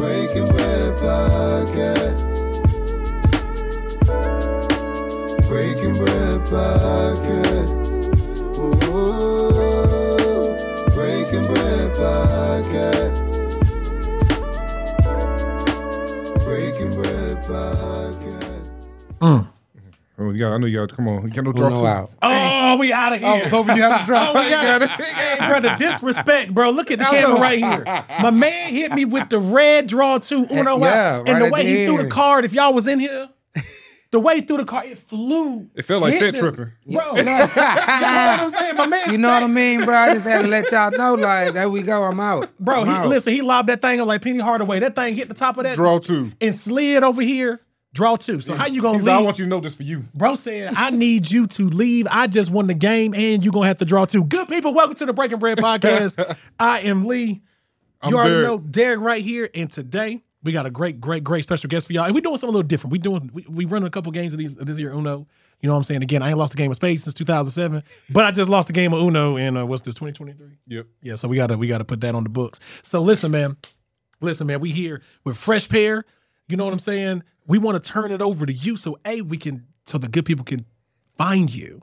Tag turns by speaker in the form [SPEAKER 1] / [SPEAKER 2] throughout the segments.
[SPEAKER 1] making bad podcast. Breaking bread podcast. Ooh, breaking bread podcast. Breaking bread podcast.
[SPEAKER 2] Oh, yeah, I know y'all. Come on, get no
[SPEAKER 3] Well,
[SPEAKER 2] drops.
[SPEAKER 3] no out.
[SPEAKER 4] Oh, we out of here.
[SPEAKER 2] I was hoping you had a drop.
[SPEAKER 4] Oh, we got it. bro, the disrespect, bro. Look at the camera right here. My man hit me with the red draw two Uno
[SPEAKER 3] Eh, Yeah,
[SPEAKER 4] out.
[SPEAKER 3] right
[SPEAKER 4] And the
[SPEAKER 3] at
[SPEAKER 4] way
[SPEAKER 3] the
[SPEAKER 4] he threw the
[SPEAKER 3] end.
[SPEAKER 4] card, if y'all was in here, the way through the card, it flew.
[SPEAKER 2] It felt like
[SPEAKER 4] Hit
[SPEAKER 2] set
[SPEAKER 4] the-
[SPEAKER 2] tripping.
[SPEAKER 4] Bro, you know what I'm saying? My man
[SPEAKER 3] You know what I mean, bro? I just had to let y'all know, like, there we go. I'm out.
[SPEAKER 4] Bro,
[SPEAKER 3] I'm
[SPEAKER 4] he,
[SPEAKER 3] out.
[SPEAKER 4] listen, he lobbed that thing up like Penny Hardaway. That thing hit the top of that
[SPEAKER 2] Draw two.
[SPEAKER 4] and slid over here. Draw two. So how you gonna
[SPEAKER 2] He said, I
[SPEAKER 4] leave?
[SPEAKER 2] want you to know this for you.
[SPEAKER 4] Bro said, I need you to leave. I just won the game and you're going to have to draw two. Good people, welcome to the Breaking Bread Podcast. I am Lee.
[SPEAKER 2] I'm
[SPEAKER 4] you already
[SPEAKER 2] Derek.
[SPEAKER 4] know Derek right here. And today we got a great, great, great special guest for y'all. And we're doing something a little different. we doing, we, we running a couple games of these of this year Uno. You know what I'm saying? Again, I ain't lost a game of Spades since 2007, but I just lost a game of Uno in, uh, what's this, 2023?
[SPEAKER 2] Yep.
[SPEAKER 4] Yeah, so we gotta we gotta put that on the books. So listen, man, listen, man, we here with fresh pair. You know what I'm saying? We want to turn it over to you, so a we can so the good people can find you,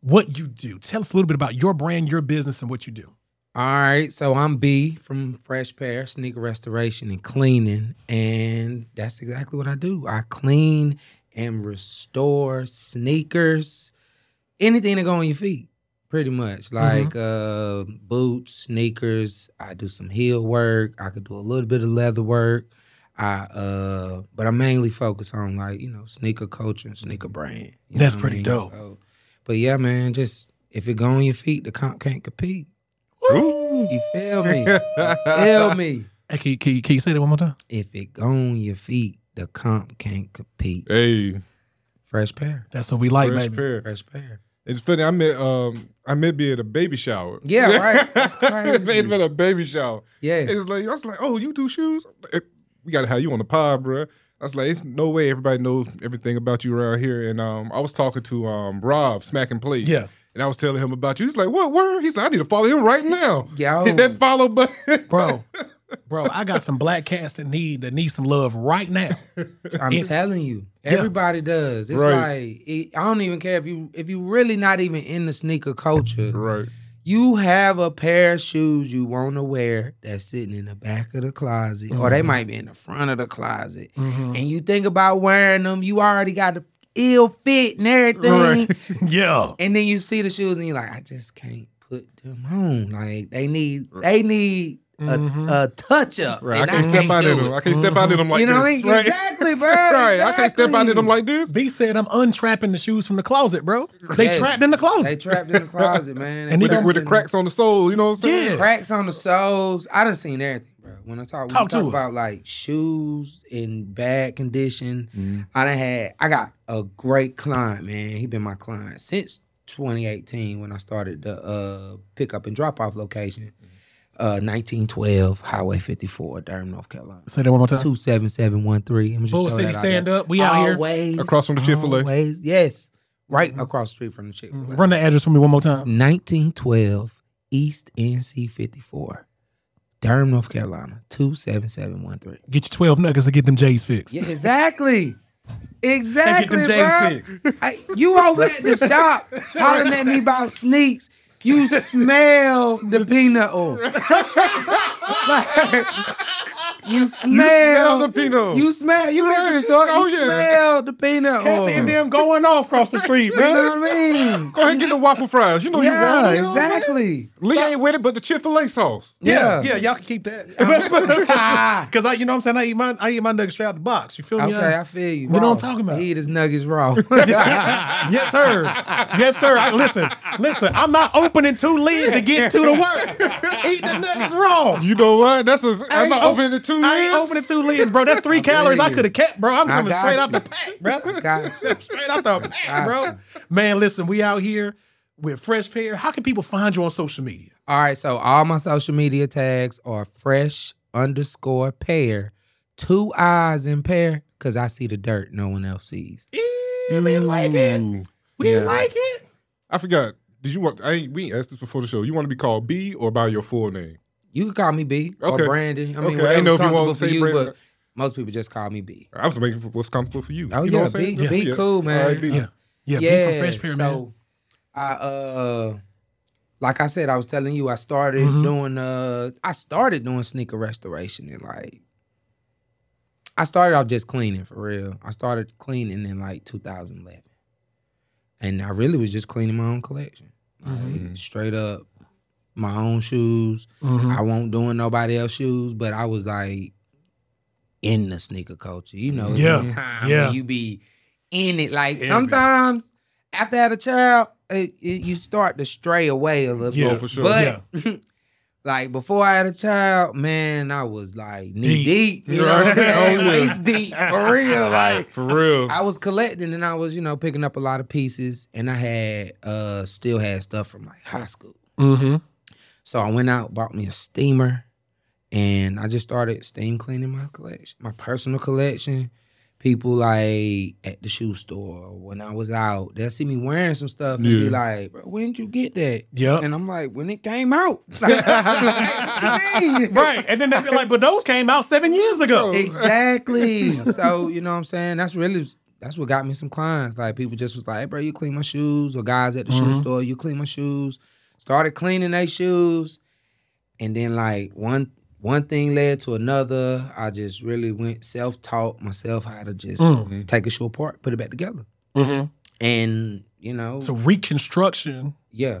[SPEAKER 4] what you do. Tell us a little bit about your brand, your business, and what you do.
[SPEAKER 3] All right, so I'm B from Fresh Pair Sneaker Restoration and Cleaning, and that's exactly what I do. I clean and restore sneakers, anything that go on your feet, pretty much.
[SPEAKER 4] Mm-hmm.
[SPEAKER 3] Like uh, boots, sneakers. I do some heel work. I could do a little bit of leather work. I uh, but I mainly focus on like you know sneaker culture and sneaker brand. You
[SPEAKER 4] That's
[SPEAKER 3] know what I
[SPEAKER 4] pretty
[SPEAKER 3] mean?
[SPEAKER 4] dope.
[SPEAKER 3] So- but yeah, man, just if it go on your feet, the comp can't compete. You feel me? feel me?
[SPEAKER 4] Hey, can, you- can, you- can you say that one more time?
[SPEAKER 3] If it go on your feet, the comp can't compete.
[SPEAKER 2] Hey,
[SPEAKER 3] Fresh pair.
[SPEAKER 4] That's what we like,
[SPEAKER 2] fresh
[SPEAKER 4] baby.
[SPEAKER 2] pair.
[SPEAKER 3] Fresh pair.
[SPEAKER 2] It's funny. I met um I met me at a baby shower.
[SPEAKER 3] Yeah, right. That's
[SPEAKER 2] They
[SPEAKER 3] crazy.
[SPEAKER 2] met a baby shower.
[SPEAKER 3] Yes.
[SPEAKER 2] It's like I was like, oh, you do shoes? Eh, We gotta have you on the pod, bruh. I was like, it's no way everybody knows everything about you around here. And um, I was talking to um Rob Smack and Play.
[SPEAKER 4] Yeah.
[SPEAKER 2] And I was telling him about you. He's like, what word? He's like, I need to follow him right now.
[SPEAKER 3] Yo.
[SPEAKER 2] Hit that follow button.
[SPEAKER 4] Bro, bro, I got some black cats that need that need some love right now.
[SPEAKER 3] I'm
[SPEAKER 4] it-
[SPEAKER 3] telling you. Everybody does. It's
[SPEAKER 2] Right.
[SPEAKER 3] like it, I don't even care if you if you really not even in the sneaker culture.
[SPEAKER 2] right.
[SPEAKER 3] You have a pair of shoes you want to wear that's sitting in the back of the closet, or
[SPEAKER 2] Mm-hmm.
[SPEAKER 3] they might be in the front of the closet. And you think about wearing them, you already got the ill fit and everything.
[SPEAKER 2] Right.
[SPEAKER 4] Yeah.
[SPEAKER 3] And then you see the shoes and you're like, I just can't put them on. Like they need they need a, a touch up.
[SPEAKER 2] Mm-hmm. Right.
[SPEAKER 3] and
[SPEAKER 2] I can't step out
[SPEAKER 3] do
[SPEAKER 2] in
[SPEAKER 3] it.
[SPEAKER 2] them. I can't step out in them like
[SPEAKER 3] you know what I
[SPEAKER 2] this.
[SPEAKER 3] mean?
[SPEAKER 2] Right.
[SPEAKER 3] Exactly, bro.
[SPEAKER 2] right. I can't step out in
[SPEAKER 3] exactly.
[SPEAKER 2] them like this.
[SPEAKER 4] B said I'm untrapping the shoes from the closet, bro. They
[SPEAKER 3] Yes.
[SPEAKER 4] trapped in the
[SPEAKER 3] They
[SPEAKER 4] closet.
[SPEAKER 3] trapped in the closet, man.
[SPEAKER 4] And
[SPEAKER 3] They
[SPEAKER 4] they-
[SPEAKER 2] With the, with the
[SPEAKER 3] trapped in-
[SPEAKER 2] cracks on the sole, you know what I'm saying?
[SPEAKER 4] Yeah.
[SPEAKER 3] cracks on the soles. I done seen everything, bro. When I talk, when
[SPEAKER 4] Talk
[SPEAKER 3] talk,
[SPEAKER 4] to
[SPEAKER 3] talk
[SPEAKER 4] us.
[SPEAKER 3] about like shoes in bad condition,
[SPEAKER 4] Mm-hmm.
[SPEAKER 3] I done had. I got a great client, man. He been my client since 2018 when I started the uh, pickup and drop off location,
[SPEAKER 4] Mm-hmm.
[SPEAKER 3] uh, 1912 Highway 54, Durham, North Carolina.
[SPEAKER 4] Say that one more time.
[SPEAKER 3] Two seven seven one three. I'm just
[SPEAKER 4] Bull
[SPEAKER 3] throw
[SPEAKER 4] City
[SPEAKER 3] that out
[SPEAKER 4] stand
[SPEAKER 3] there.
[SPEAKER 4] up. We out here.
[SPEAKER 3] Always,
[SPEAKER 2] Across from the Chick-fil-A.
[SPEAKER 3] Always, yes, right
[SPEAKER 4] Mm-hmm.
[SPEAKER 3] across the street from the Chick Fil A.
[SPEAKER 4] Run the address for me one more time.
[SPEAKER 3] 1912 East NC 54, Durham, North Carolina, 27713.
[SPEAKER 4] Get your 12 nuggets and get them J's fixed.
[SPEAKER 3] Yeah, exactly. Exactly.
[SPEAKER 4] them J's
[SPEAKER 3] bruh. I- you over at the shop hollering at me about sneaks. You smell the peanut oil. Like, you smell
[SPEAKER 2] the peanut oil.
[SPEAKER 3] You smell. You been to the store.
[SPEAKER 2] Oh,
[SPEAKER 3] you
[SPEAKER 2] yeah.
[SPEAKER 3] smell the peanut oil. You
[SPEAKER 4] them going off across the street,
[SPEAKER 3] know what I mean?
[SPEAKER 2] Go ahead and get the waffle fries. Oh, You know you want
[SPEAKER 3] Yeah,
[SPEAKER 2] them, you know what I'm saying?
[SPEAKER 3] exactly.
[SPEAKER 2] Lee ain't with it, but the Chick Fil A sauce.
[SPEAKER 4] Yeah,
[SPEAKER 3] Yeah.
[SPEAKER 4] yeah, y'all can keep that. Cause I, you know what I'm saying, I eat my, I eat my nuggets straight out the box. You feel me?
[SPEAKER 3] Okay, I feel you.
[SPEAKER 4] You know what I'm
[SPEAKER 3] Raw.
[SPEAKER 4] talking about.
[SPEAKER 3] He eat his nuggets raw.
[SPEAKER 4] yes, sir. Yes, sir. I, listen, listen. I'm not opening two lids to get to the work. Eat the nuggets wrong.
[SPEAKER 2] You know what? That's a, I'm not opening the two.
[SPEAKER 4] I ain't
[SPEAKER 2] lids.
[SPEAKER 4] opening two lids, bro. That's three calories I
[SPEAKER 3] you.
[SPEAKER 4] could have kept, bro. I'm
[SPEAKER 3] I
[SPEAKER 4] coming
[SPEAKER 3] got
[SPEAKER 4] straight
[SPEAKER 3] you.
[SPEAKER 4] out the pack, bro.
[SPEAKER 3] Got you.
[SPEAKER 4] straight out the
[SPEAKER 3] Got
[SPEAKER 4] pack, bro.
[SPEAKER 3] you.
[SPEAKER 4] Man, listen, we out here with Fresh Pair. How can people find you on social media?
[SPEAKER 3] All right, so all my social media tags are fresh underscore pair, two eyes in pair, because I see the dirt no one else sees.
[SPEAKER 4] Eh, we like it.
[SPEAKER 2] Ooh.
[SPEAKER 4] We
[SPEAKER 3] Yeah.
[SPEAKER 4] like it.
[SPEAKER 2] I forgot. Did you want? I ain't, we ain't asked this before the show. You want to be called B or by your full name?
[SPEAKER 3] You can call me B
[SPEAKER 2] Okay.
[SPEAKER 3] or Brandon. I mean, whatever's
[SPEAKER 2] Okay, I know if you
[SPEAKER 3] comfortable for
[SPEAKER 2] wanna say
[SPEAKER 3] you,
[SPEAKER 2] Brandon.
[SPEAKER 3] but most people just call me B.
[SPEAKER 2] I was making what's comfortable for you.
[SPEAKER 3] Oh
[SPEAKER 2] you
[SPEAKER 3] yeah,
[SPEAKER 2] I'm saying?
[SPEAKER 3] B, B, cool man.
[SPEAKER 2] All right, B.
[SPEAKER 4] Yeah.
[SPEAKER 3] yeah,
[SPEAKER 4] Yeah, beef from Fresh Pair, man.
[SPEAKER 3] so I uh like I said, I was telling you I started
[SPEAKER 4] Mhm.
[SPEAKER 3] doing uh I started doing sneaker restoration and like I started off just cleaning for real. I started cleaning in like 2011. And I really was just cleaning my own collection. Like,
[SPEAKER 2] Mhm.
[SPEAKER 3] Straight up my own shoes.
[SPEAKER 4] Mhm.
[SPEAKER 3] I won't doing nobody else's shoes, but I was like in the sneaker culture. You know, it's
[SPEAKER 4] Yeah,
[SPEAKER 3] one time
[SPEAKER 4] yeah.
[SPEAKER 3] when you be in it. Like
[SPEAKER 4] Yeah, man.
[SPEAKER 3] sometimes after I had a child, it, it, you start to stray away a little.
[SPEAKER 4] Yeah,
[SPEAKER 2] Oh, for sure.
[SPEAKER 3] But like before I had a child, man, I was like knee deep. you know what I'm
[SPEAKER 2] Right.
[SPEAKER 3] saying?
[SPEAKER 2] Oh, yeah.
[SPEAKER 3] Waist deep for real. Like
[SPEAKER 2] For real.
[SPEAKER 3] I was collecting and I was, you know, picking up a lot of pieces and I had uh still had stuff from like high school.
[SPEAKER 4] Mm-hmm.
[SPEAKER 3] So I went out, bought me a steamer, and I just started steam cleaning my collection, my personal collection. People like at the shoe store when I was out, they'll see me wearing some stuff and
[SPEAKER 2] Yeah.
[SPEAKER 3] be like, Bro, when'd you get that?
[SPEAKER 4] Yep.
[SPEAKER 3] And I'm like, when it came out. Like, what you mean?
[SPEAKER 4] right. And then they feel like, but those came out seven years ago.
[SPEAKER 3] Exactly. so you know what I'm saying. That's really that's what got me some clients. Like people just was like, "Hey, bro, you clean my shoes," or guys at the shoe
[SPEAKER 4] Mhm.
[SPEAKER 3] store, "You clean my shoes." Started cleaning their shoes, and then like one one thing led to another. I just really went self taught myself how to just
[SPEAKER 4] Mhm.
[SPEAKER 3] take a shoe apart, put it back together,
[SPEAKER 4] Mm-hmm.
[SPEAKER 3] and you know,
[SPEAKER 4] So reconstruction
[SPEAKER 3] yeah,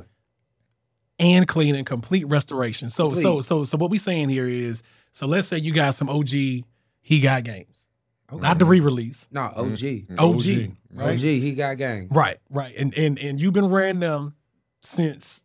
[SPEAKER 4] and cleaning, complete restoration. So so
[SPEAKER 3] Complete.
[SPEAKER 4] so so what we saying here is, so let's say you got some OG, he got games, not the re-release.
[SPEAKER 3] no OG,
[SPEAKER 4] Mm-hmm. OG,
[SPEAKER 2] Right.
[SPEAKER 3] OG, he got gang.
[SPEAKER 4] Right, right, and and and you've been wearing them since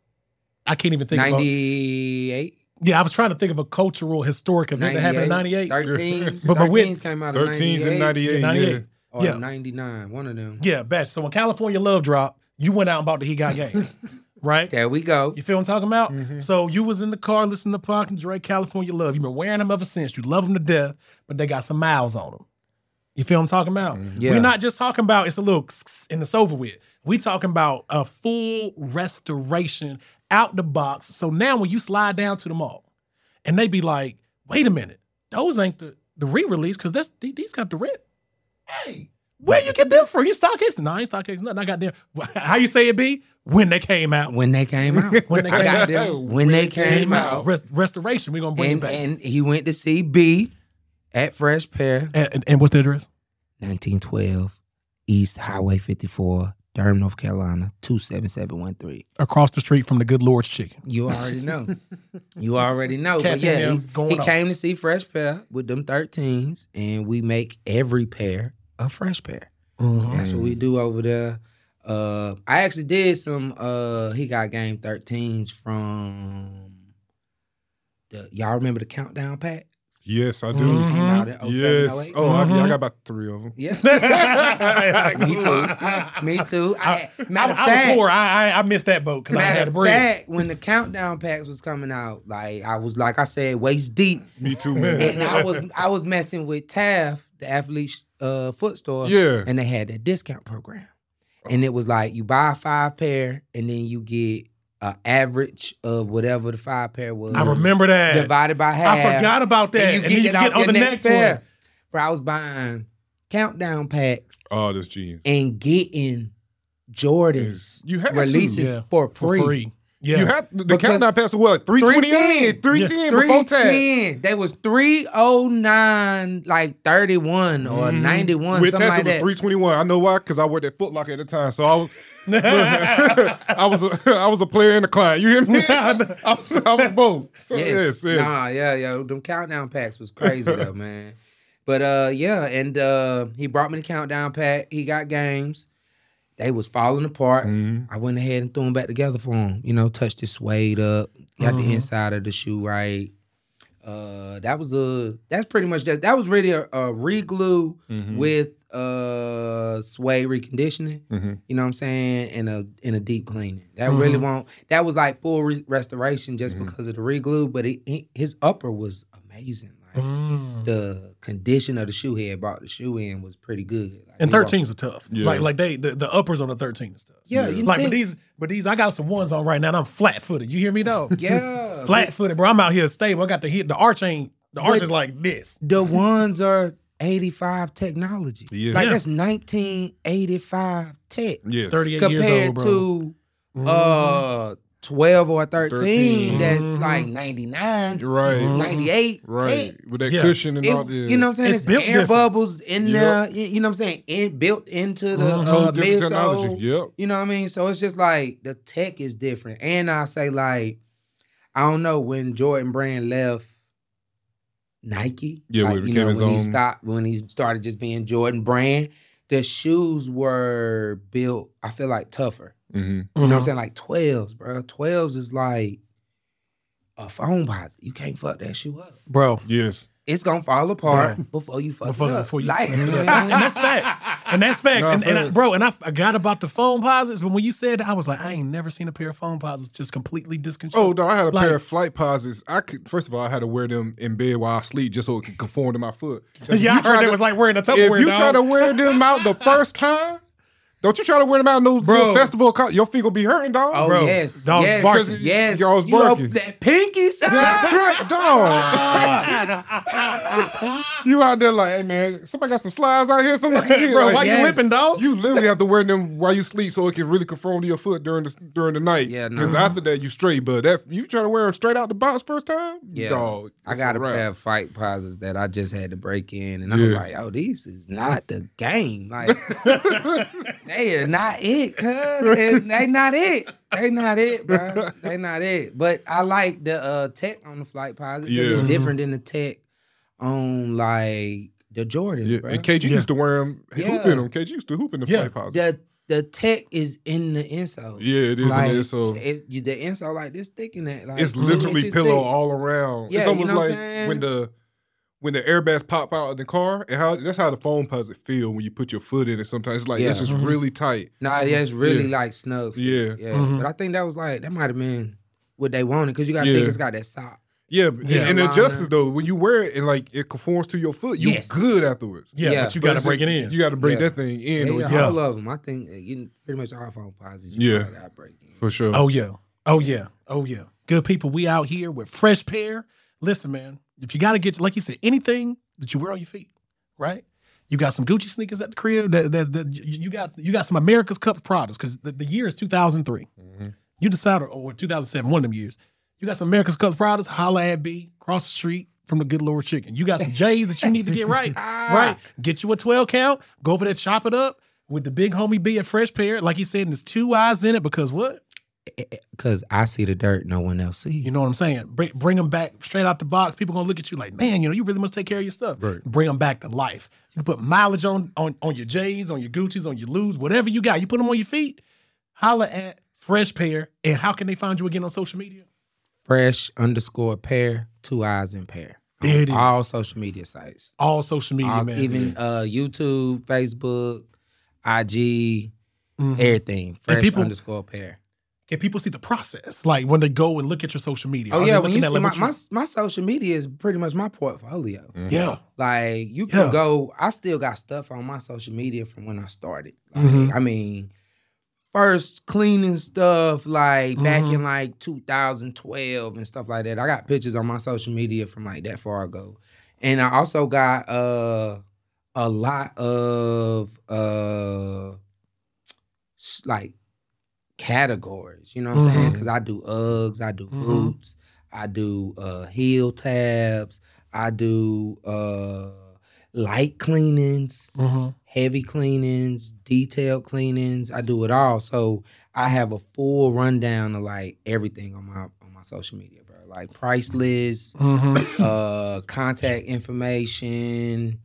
[SPEAKER 4] I can't even think. About,
[SPEAKER 3] 98,
[SPEAKER 4] yeah, I was trying to think of a cultural historic event that happened in '98.
[SPEAKER 3] 13s,
[SPEAKER 4] But- but with-
[SPEAKER 3] 13s came out of
[SPEAKER 2] 13s and
[SPEAKER 3] 98.
[SPEAKER 2] 98.
[SPEAKER 4] Yeah, 98.
[SPEAKER 3] or
[SPEAKER 4] Yeah.
[SPEAKER 3] 99, one of them.
[SPEAKER 4] Yeah, batch. So when California Love dropped, you went out and bought the He Got Games, right?
[SPEAKER 3] There we go.
[SPEAKER 4] You feel what I'm talking about?
[SPEAKER 2] Mhm.
[SPEAKER 4] So you was in the car listening to Park and Dre, California Love. You've been wearing them ever since. You love them to death, but they got some miles on them. You feel what I'm talking about?
[SPEAKER 3] Yeah.
[SPEAKER 4] We're not just talking about it's a little and it's over with. We talking about a full restoration out the box. So now when you slide down to the mall, and they be like, "Wait a minute, those ain't the, the re-release because that's the- these got the red." Hey, where you get them from? You stock X? No, I ain't stock X. Nothing. I got them. How you say it? Be when they came out.
[SPEAKER 3] When they came out.
[SPEAKER 4] When they
[SPEAKER 3] I got
[SPEAKER 2] came out.
[SPEAKER 3] them. When they came out.
[SPEAKER 4] Rest- restoration. We're gonna bring it
[SPEAKER 3] And,
[SPEAKER 4] back. And,
[SPEAKER 3] and he went to see B at Fresh Pair,
[SPEAKER 4] and, and what's the address?
[SPEAKER 3] 1912 East Highway 54, Durham, North Carolina, 27713.
[SPEAKER 4] Across the street from the Good Lord's Chicken.
[SPEAKER 3] You already know. you already know. But
[SPEAKER 4] Captain
[SPEAKER 3] Oh, yeah,
[SPEAKER 4] Him
[SPEAKER 3] he,
[SPEAKER 4] going
[SPEAKER 3] he
[SPEAKER 4] off.
[SPEAKER 3] came to see Fresh Pair with them 13s, and we make every pair a Fresh Pair.
[SPEAKER 4] Mm-hmm.
[SPEAKER 3] That's what
[SPEAKER 4] Mm.
[SPEAKER 3] we do over there. Uh, I actually did some. Uh, he got game thirteens from the. Y'all remember the countdown pack?
[SPEAKER 2] Yes, I do.
[SPEAKER 4] Mhm.
[SPEAKER 3] Came out in 07,
[SPEAKER 2] Yes.
[SPEAKER 3] 08?
[SPEAKER 2] Oh, I, yeah, I
[SPEAKER 4] Mhm.
[SPEAKER 2] got about three of them.
[SPEAKER 3] Yeah. Me
[SPEAKER 4] too.
[SPEAKER 3] Me too. I,
[SPEAKER 4] Oh. I,
[SPEAKER 3] matter of
[SPEAKER 4] I was
[SPEAKER 3] fact,
[SPEAKER 4] poor. I, I I missed that boat because I
[SPEAKER 3] matter
[SPEAKER 4] had a
[SPEAKER 3] of
[SPEAKER 4] bread.
[SPEAKER 3] fact, when the countdown packs was coming out, like I was like I said, waist deep,
[SPEAKER 2] Me too, man.
[SPEAKER 3] and I was I was messing with Taft, the athlete uh, foot store.
[SPEAKER 2] yeah.
[SPEAKER 3] and they had that discount program. And it was like you buy a five pair and then you get an average of whatever the five pair was.
[SPEAKER 4] I remember that.
[SPEAKER 3] Divided by half.
[SPEAKER 4] I forgot about that.
[SPEAKER 3] And you
[SPEAKER 4] And
[SPEAKER 3] get it
[SPEAKER 4] then
[SPEAKER 3] out
[SPEAKER 4] on
[SPEAKER 3] your
[SPEAKER 4] the
[SPEAKER 3] next,
[SPEAKER 4] next, one.
[SPEAKER 3] pair. But I was buying countdown packs
[SPEAKER 2] Oh, that's genius.
[SPEAKER 3] and getting Jordans
[SPEAKER 2] You had to.
[SPEAKER 3] releases
[SPEAKER 4] Yeah,
[SPEAKER 3] for
[SPEAKER 4] for
[SPEAKER 3] free.
[SPEAKER 4] free. Yeah.
[SPEAKER 2] You had the
[SPEAKER 3] Because-
[SPEAKER 2] countdown pass was what? 328, 310 before tax.
[SPEAKER 3] 310. They was 309, like 31 or
[SPEAKER 4] Mm-hmm.
[SPEAKER 2] Mhm.
[SPEAKER 3] 91,
[SPEAKER 2] With
[SPEAKER 3] something
[SPEAKER 2] Tesla
[SPEAKER 3] like
[SPEAKER 2] was
[SPEAKER 3] that.
[SPEAKER 2] 321. I know why, because I worked at Foot Locker at the time. So I was I was a, I was a player and a client. You hear me? I was, I was both. So, yes, yes.
[SPEAKER 3] Nah, yeah, yeah. Them countdown packs was crazy though, man. But uh yeah, and uh he brought me the countdown pack. He got games. They was falling apart.
[SPEAKER 2] Mhm.
[SPEAKER 3] I went ahead and threw them back together for him. You know, touched his suede up, got
[SPEAKER 4] Mhm.
[SPEAKER 3] the inside of the shoe right. Uh that was a that's pretty much just that was really a, a re-glue
[SPEAKER 4] Mm-hmm.
[SPEAKER 2] Mhm.
[SPEAKER 3] with uh suede reconditioning.
[SPEAKER 4] Mm-hmm.
[SPEAKER 2] Mhm.
[SPEAKER 3] You know what I'm saying? And a in a deep cleaning. That really won't. That was like full re- restoration just
[SPEAKER 4] Mm-hmm.
[SPEAKER 2] Mhm.
[SPEAKER 3] because of the reglue. But it, it- his upper was amazing. Like
[SPEAKER 4] Mm.
[SPEAKER 3] the condition of the shoe he had bought the shoe in was pretty good. Like,
[SPEAKER 4] And
[SPEAKER 3] he walked-
[SPEAKER 4] 13s are tough.
[SPEAKER 2] Yeah.
[SPEAKER 4] Like like they the, the uppers on the 13 and stuff.
[SPEAKER 3] Yeah, you
[SPEAKER 4] like but
[SPEAKER 3] think-
[SPEAKER 4] these but these I got some ones on right now and I'm flat footed. You hear me though?
[SPEAKER 3] Yeah, uh,
[SPEAKER 4] Flat footed, bro. I'm out here stable. I got the hit. The arch ain't. The arch
[SPEAKER 3] Wait.
[SPEAKER 4] is like this.
[SPEAKER 3] The ones are 85 technology.
[SPEAKER 2] Yeah.
[SPEAKER 3] Like
[SPEAKER 4] Yeah.
[SPEAKER 3] that's 1985 tech
[SPEAKER 2] Yes.
[SPEAKER 4] 38 years old,
[SPEAKER 3] compared
[SPEAKER 4] bro.
[SPEAKER 3] to uh 12 or 13,
[SPEAKER 2] 13.
[SPEAKER 3] that's
[SPEAKER 4] Mhm.
[SPEAKER 3] like 99,
[SPEAKER 2] You're right.
[SPEAKER 4] Mhm.
[SPEAKER 3] 98,
[SPEAKER 2] Mm-hmm. Right.
[SPEAKER 3] tech.
[SPEAKER 2] With that
[SPEAKER 4] Yeah.
[SPEAKER 2] cushion and
[SPEAKER 3] It-
[SPEAKER 2] all that.
[SPEAKER 3] You know what I'm saying?
[SPEAKER 4] It's
[SPEAKER 3] It's,
[SPEAKER 4] built
[SPEAKER 3] air
[SPEAKER 4] different.
[SPEAKER 3] bubbles in
[SPEAKER 2] Yep.
[SPEAKER 3] there. You you know what I'm saying? In, built into the
[SPEAKER 4] Mhm.
[SPEAKER 2] Totally
[SPEAKER 3] uh,
[SPEAKER 2] Mm-hmm. different
[SPEAKER 3] midsole.
[SPEAKER 2] technology. Yep.
[SPEAKER 3] You know what I mean? So it's just like the tech is different. And I say like, I don't know when Jordan Brand left Nike.
[SPEAKER 2] Yeah, when
[SPEAKER 3] like,
[SPEAKER 2] he
[SPEAKER 3] you
[SPEAKER 2] became
[SPEAKER 3] know
[SPEAKER 2] his
[SPEAKER 3] when he
[SPEAKER 2] own-
[SPEAKER 3] stopped when he started just being Jordan Brand. The shoes were built. I feel like tougher.
[SPEAKER 2] hmm
[SPEAKER 4] Mm-hmm.
[SPEAKER 3] You
[SPEAKER 4] Uh-huh.
[SPEAKER 3] know what I'm saying? Like twelves, bro. Twelves is like a phone posit. You can't fuck that shoe up.
[SPEAKER 4] bro?
[SPEAKER 2] Yes.
[SPEAKER 3] It's gonna fall apart before you fuck
[SPEAKER 4] Before,
[SPEAKER 3] it up.
[SPEAKER 4] before you,
[SPEAKER 3] like,
[SPEAKER 4] and that's- and that's facts, and that's facts,
[SPEAKER 2] Nah,
[SPEAKER 4] and, and I,
[SPEAKER 2] facts.
[SPEAKER 4] bro, and I forgot about the phone posits. But when you said that, I was like, I ain't never seen a pair of phone posits just completely
[SPEAKER 2] Oh
[SPEAKER 4] disconstructed.
[SPEAKER 2] no, I had a
[SPEAKER 4] Like-
[SPEAKER 2] pair of flight posits. I could first of all, I had to wear them in bed while I sleep just so it could conform to my foot. If you
[SPEAKER 4] yeah, I
[SPEAKER 2] try
[SPEAKER 4] heard
[SPEAKER 2] to-
[SPEAKER 4] it was like wearing a
[SPEAKER 2] if
[SPEAKER 4] Tupperware.
[SPEAKER 2] you
[SPEAKER 4] dog.
[SPEAKER 2] try to wear them out the first time, don't you try to wear them out in those
[SPEAKER 4] Bro.
[SPEAKER 2] little festival? Co- your feet gonna be hurting, dog.
[SPEAKER 3] Oh
[SPEAKER 4] Bro,
[SPEAKER 3] yes,
[SPEAKER 4] dogs
[SPEAKER 3] yes,
[SPEAKER 4] barking.
[SPEAKER 3] yes.
[SPEAKER 2] Y'all was
[SPEAKER 3] You know,
[SPEAKER 2] barking.
[SPEAKER 3] that pinky side.
[SPEAKER 2] Right, dog. you out there like, hey man, somebody got some slides out here. Somebody,
[SPEAKER 4] bro, why you
[SPEAKER 3] Yes.
[SPEAKER 4] limping, dog?
[SPEAKER 2] You literally have to wear them while you sleep so it can really conform to your foot during the during the night.
[SPEAKER 3] Yeah, no.
[SPEAKER 2] because after that you straight. But that you trying to wear them straight out the box first time,
[SPEAKER 3] Yeah.
[SPEAKER 2] dog.
[SPEAKER 3] I
[SPEAKER 2] it's
[SPEAKER 3] got a
[SPEAKER 2] wrap.
[SPEAKER 3] pair of fight pauses that I just had to break in, and I was
[SPEAKER 2] Yeah.
[SPEAKER 3] like, "Oh, this is not the game. Like, they are not it, cuz And they not it. They not it, bro. They not it. But I like the uh, tech on the flight pauses because
[SPEAKER 2] Yeah.
[SPEAKER 3] it's different than the tech on like the Jordans,
[SPEAKER 2] Yeah,
[SPEAKER 3] bro.
[SPEAKER 2] and KG
[SPEAKER 4] Yeah.
[SPEAKER 2] used to wear them, hoop in
[SPEAKER 3] Yeah.
[SPEAKER 2] them. KG used to hoop in the
[SPEAKER 4] Yeah.
[SPEAKER 2] flight pods.
[SPEAKER 3] the the tech is in the insole.
[SPEAKER 2] Yeah, it is.
[SPEAKER 3] Like,
[SPEAKER 2] it is so
[SPEAKER 3] it- you- the insole like this thick in that. Like,
[SPEAKER 2] it's
[SPEAKER 3] two
[SPEAKER 2] literally
[SPEAKER 3] inches
[SPEAKER 2] pillow
[SPEAKER 3] thick.
[SPEAKER 2] all around.
[SPEAKER 3] Yeah,
[SPEAKER 2] it's
[SPEAKER 3] you
[SPEAKER 2] almost
[SPEAKER 3] know what I'm
[SPEAKER 2] like
[SPEAKER 3] saying?
[SPEAKER 2] when the when the airbags pop out in the car, and how that's how the foam puzzle feel when you put your foot in it. Sometimes it's like it's
[SPEAKER 3] Yeah.
[SPEAKER 2] just
[SPEAKER 4] Mhm.
[SPEAKER 2] really tight.
[SPEAKER 3] Nah, yeah, it's really
[SPEAKER 2] Yeah.
[SPEAKER 3] like snug. fit.
[SPEAKER 2] Yeah,
[SPEAKER 3] yeah.
[SPEAKER 4] Mhm.
[SPEAKER 3] But I think that was like that might have been what they wanted because you gotta
[SPEAKER 2] Yeah.
[SPEAKER 3] think it's got that sock.
[SPEAKER 2] yeah, and,
[SPEAKER 4] Yeah.
[SPEAKER 2] and it adjusts
[SPEAKER 3] Liner.
[SPEAKER 2] though. When you wear it and like it conforms to your foot, you
[SPEAKER 3] Yes.
[SPEAKER 2] good afterwards.
[SPEAKER 4] yeah,
[SPEAKER 3] Yeah.
[SPEAKER 4] but you
[SPEAKER 2] But
[SPEAKER 4] got to
[SPEAKER 2] it's
[SPEAKER 4] break it
[SPEAKER 2] just-
[SPEAKER 4] in.
[SPEAKER 2] You got to break
[SPEAKER 3] Yeah.
[SPEAKER 2] that thing
[SPEAKER 3] Yeah,
[SPEAKER 2] in or
[SPEAKER 4] yeah.
[SPEAKER 3] all of them. I think uh, you, pretty much all phone posits.
[SPEAKER 2] Yeah.
[SPEAKER 3] Yeah, got break in.
[SPEAKER 2] for sure.
[SPEAKER 4] Oh yeah. Oh yeah. Oh yeah. Good people, we out here with fresh pair. Listen, man, if you gotta get like you said, anything that you wear on your feet, right? You got some Gucci sneakers at the crib. That, that, that you you got you got some America's Cup products because the, the year is 2003.
[SPEAKER 2] Mhm.
[SPEAKER 4] You decided, oh, or 2007, one of them years. You got some America's Cup products. Holla at B, cross the street from the Good Lord Chicken. You got some J's that you need to get right, right? Get you a 12 count. Go over there, chop it up with the big homie B at Fresh Pair. Like he said, and there's two eyes in it because what?
[SPEAKER 3] Eh, Cause I see the dirt, no one else sees.
[SPEAKER 4] You know what I'm saying? Bring, bring them back straight out the box. People gonna look at you like, man, you know, you really must take care of your stuff.
[SPEAKER 2] Right.
[SPEAKER 4] Bring them back to life. You put mileage on on on your J's, on your Gucci's, on your Lou's, whatever you got. You put them on your feet. Holla at Fresh Pair. And how can they find you again on social media?
[SPEAKER 3] Fresh underscore pair, two eyes in pair.
[SPEAKER 4] There it is.
[SPEAKER 3] All
[SPEAKER 4] All,
[SPEAKER 3] social media sites,
[SPEAKER 4] social media,
[SPEAKER 3] All-
[SPEAKER 4] man.
[SPEAKER 3] even uh, YouTube, Facebook, IG,
[SPEAKER 4] Mhm.
[SPEAKER 3] everything. Fresh
[SPEAKER 4] people-
[SPEAKER 3] underscore pair.
[SPEAKER 4] Can people see the process? Like when they go and look at your social media.
[SPEAKER 3] Oh
[SPEAKER 4] Are they
[SPEAKER 3] yeah, when you
[SPEAKER 4] looking
[SPEAKER 3] see
[SPEAKER 4] at, like,
[SPEAKER 3] my,
[SPEAKER 4] what
[SPEAKER 3] my my social media is pretty much my portfolio.
[SPEAKER 2] Mhm.
[SPEAKER 4] Yeah.
[SPEAKER 3] Like you can
[SPEAKER 4] Yeah.
[SPEAKER 3] go. I still got stuff on my social media from when I started. Like,
[SPEAKER 4] Mhm.
[SPEAKER 3] I mean, first cleaning stuff like back
[SPEAKER 4] Mhm.
[SPEAKER 3] in like 2012 and stuff like that. I got pictures on my social media from like that far ago, and I also got uh a lot of uh s- like categories. You know what I'm saying?
[SPEAKER 4] Mhm.
[SPEAKER 3] Because I do Uggs, I do
[SPEAKER 4] Mhm.
[SPEAKER 3] boots, I do uh heel tabs, I do uh light cleanings,
[SPEAKER 4] Mhm.
[SPEAKER 3] heavy cleanings, detailed cleanings. I do it all. So I have a full rundown of like everything on my on my social media, bro. Like price lists,
[SPEAKER 4] Mhm.
[SPEAKER 3] uh contact information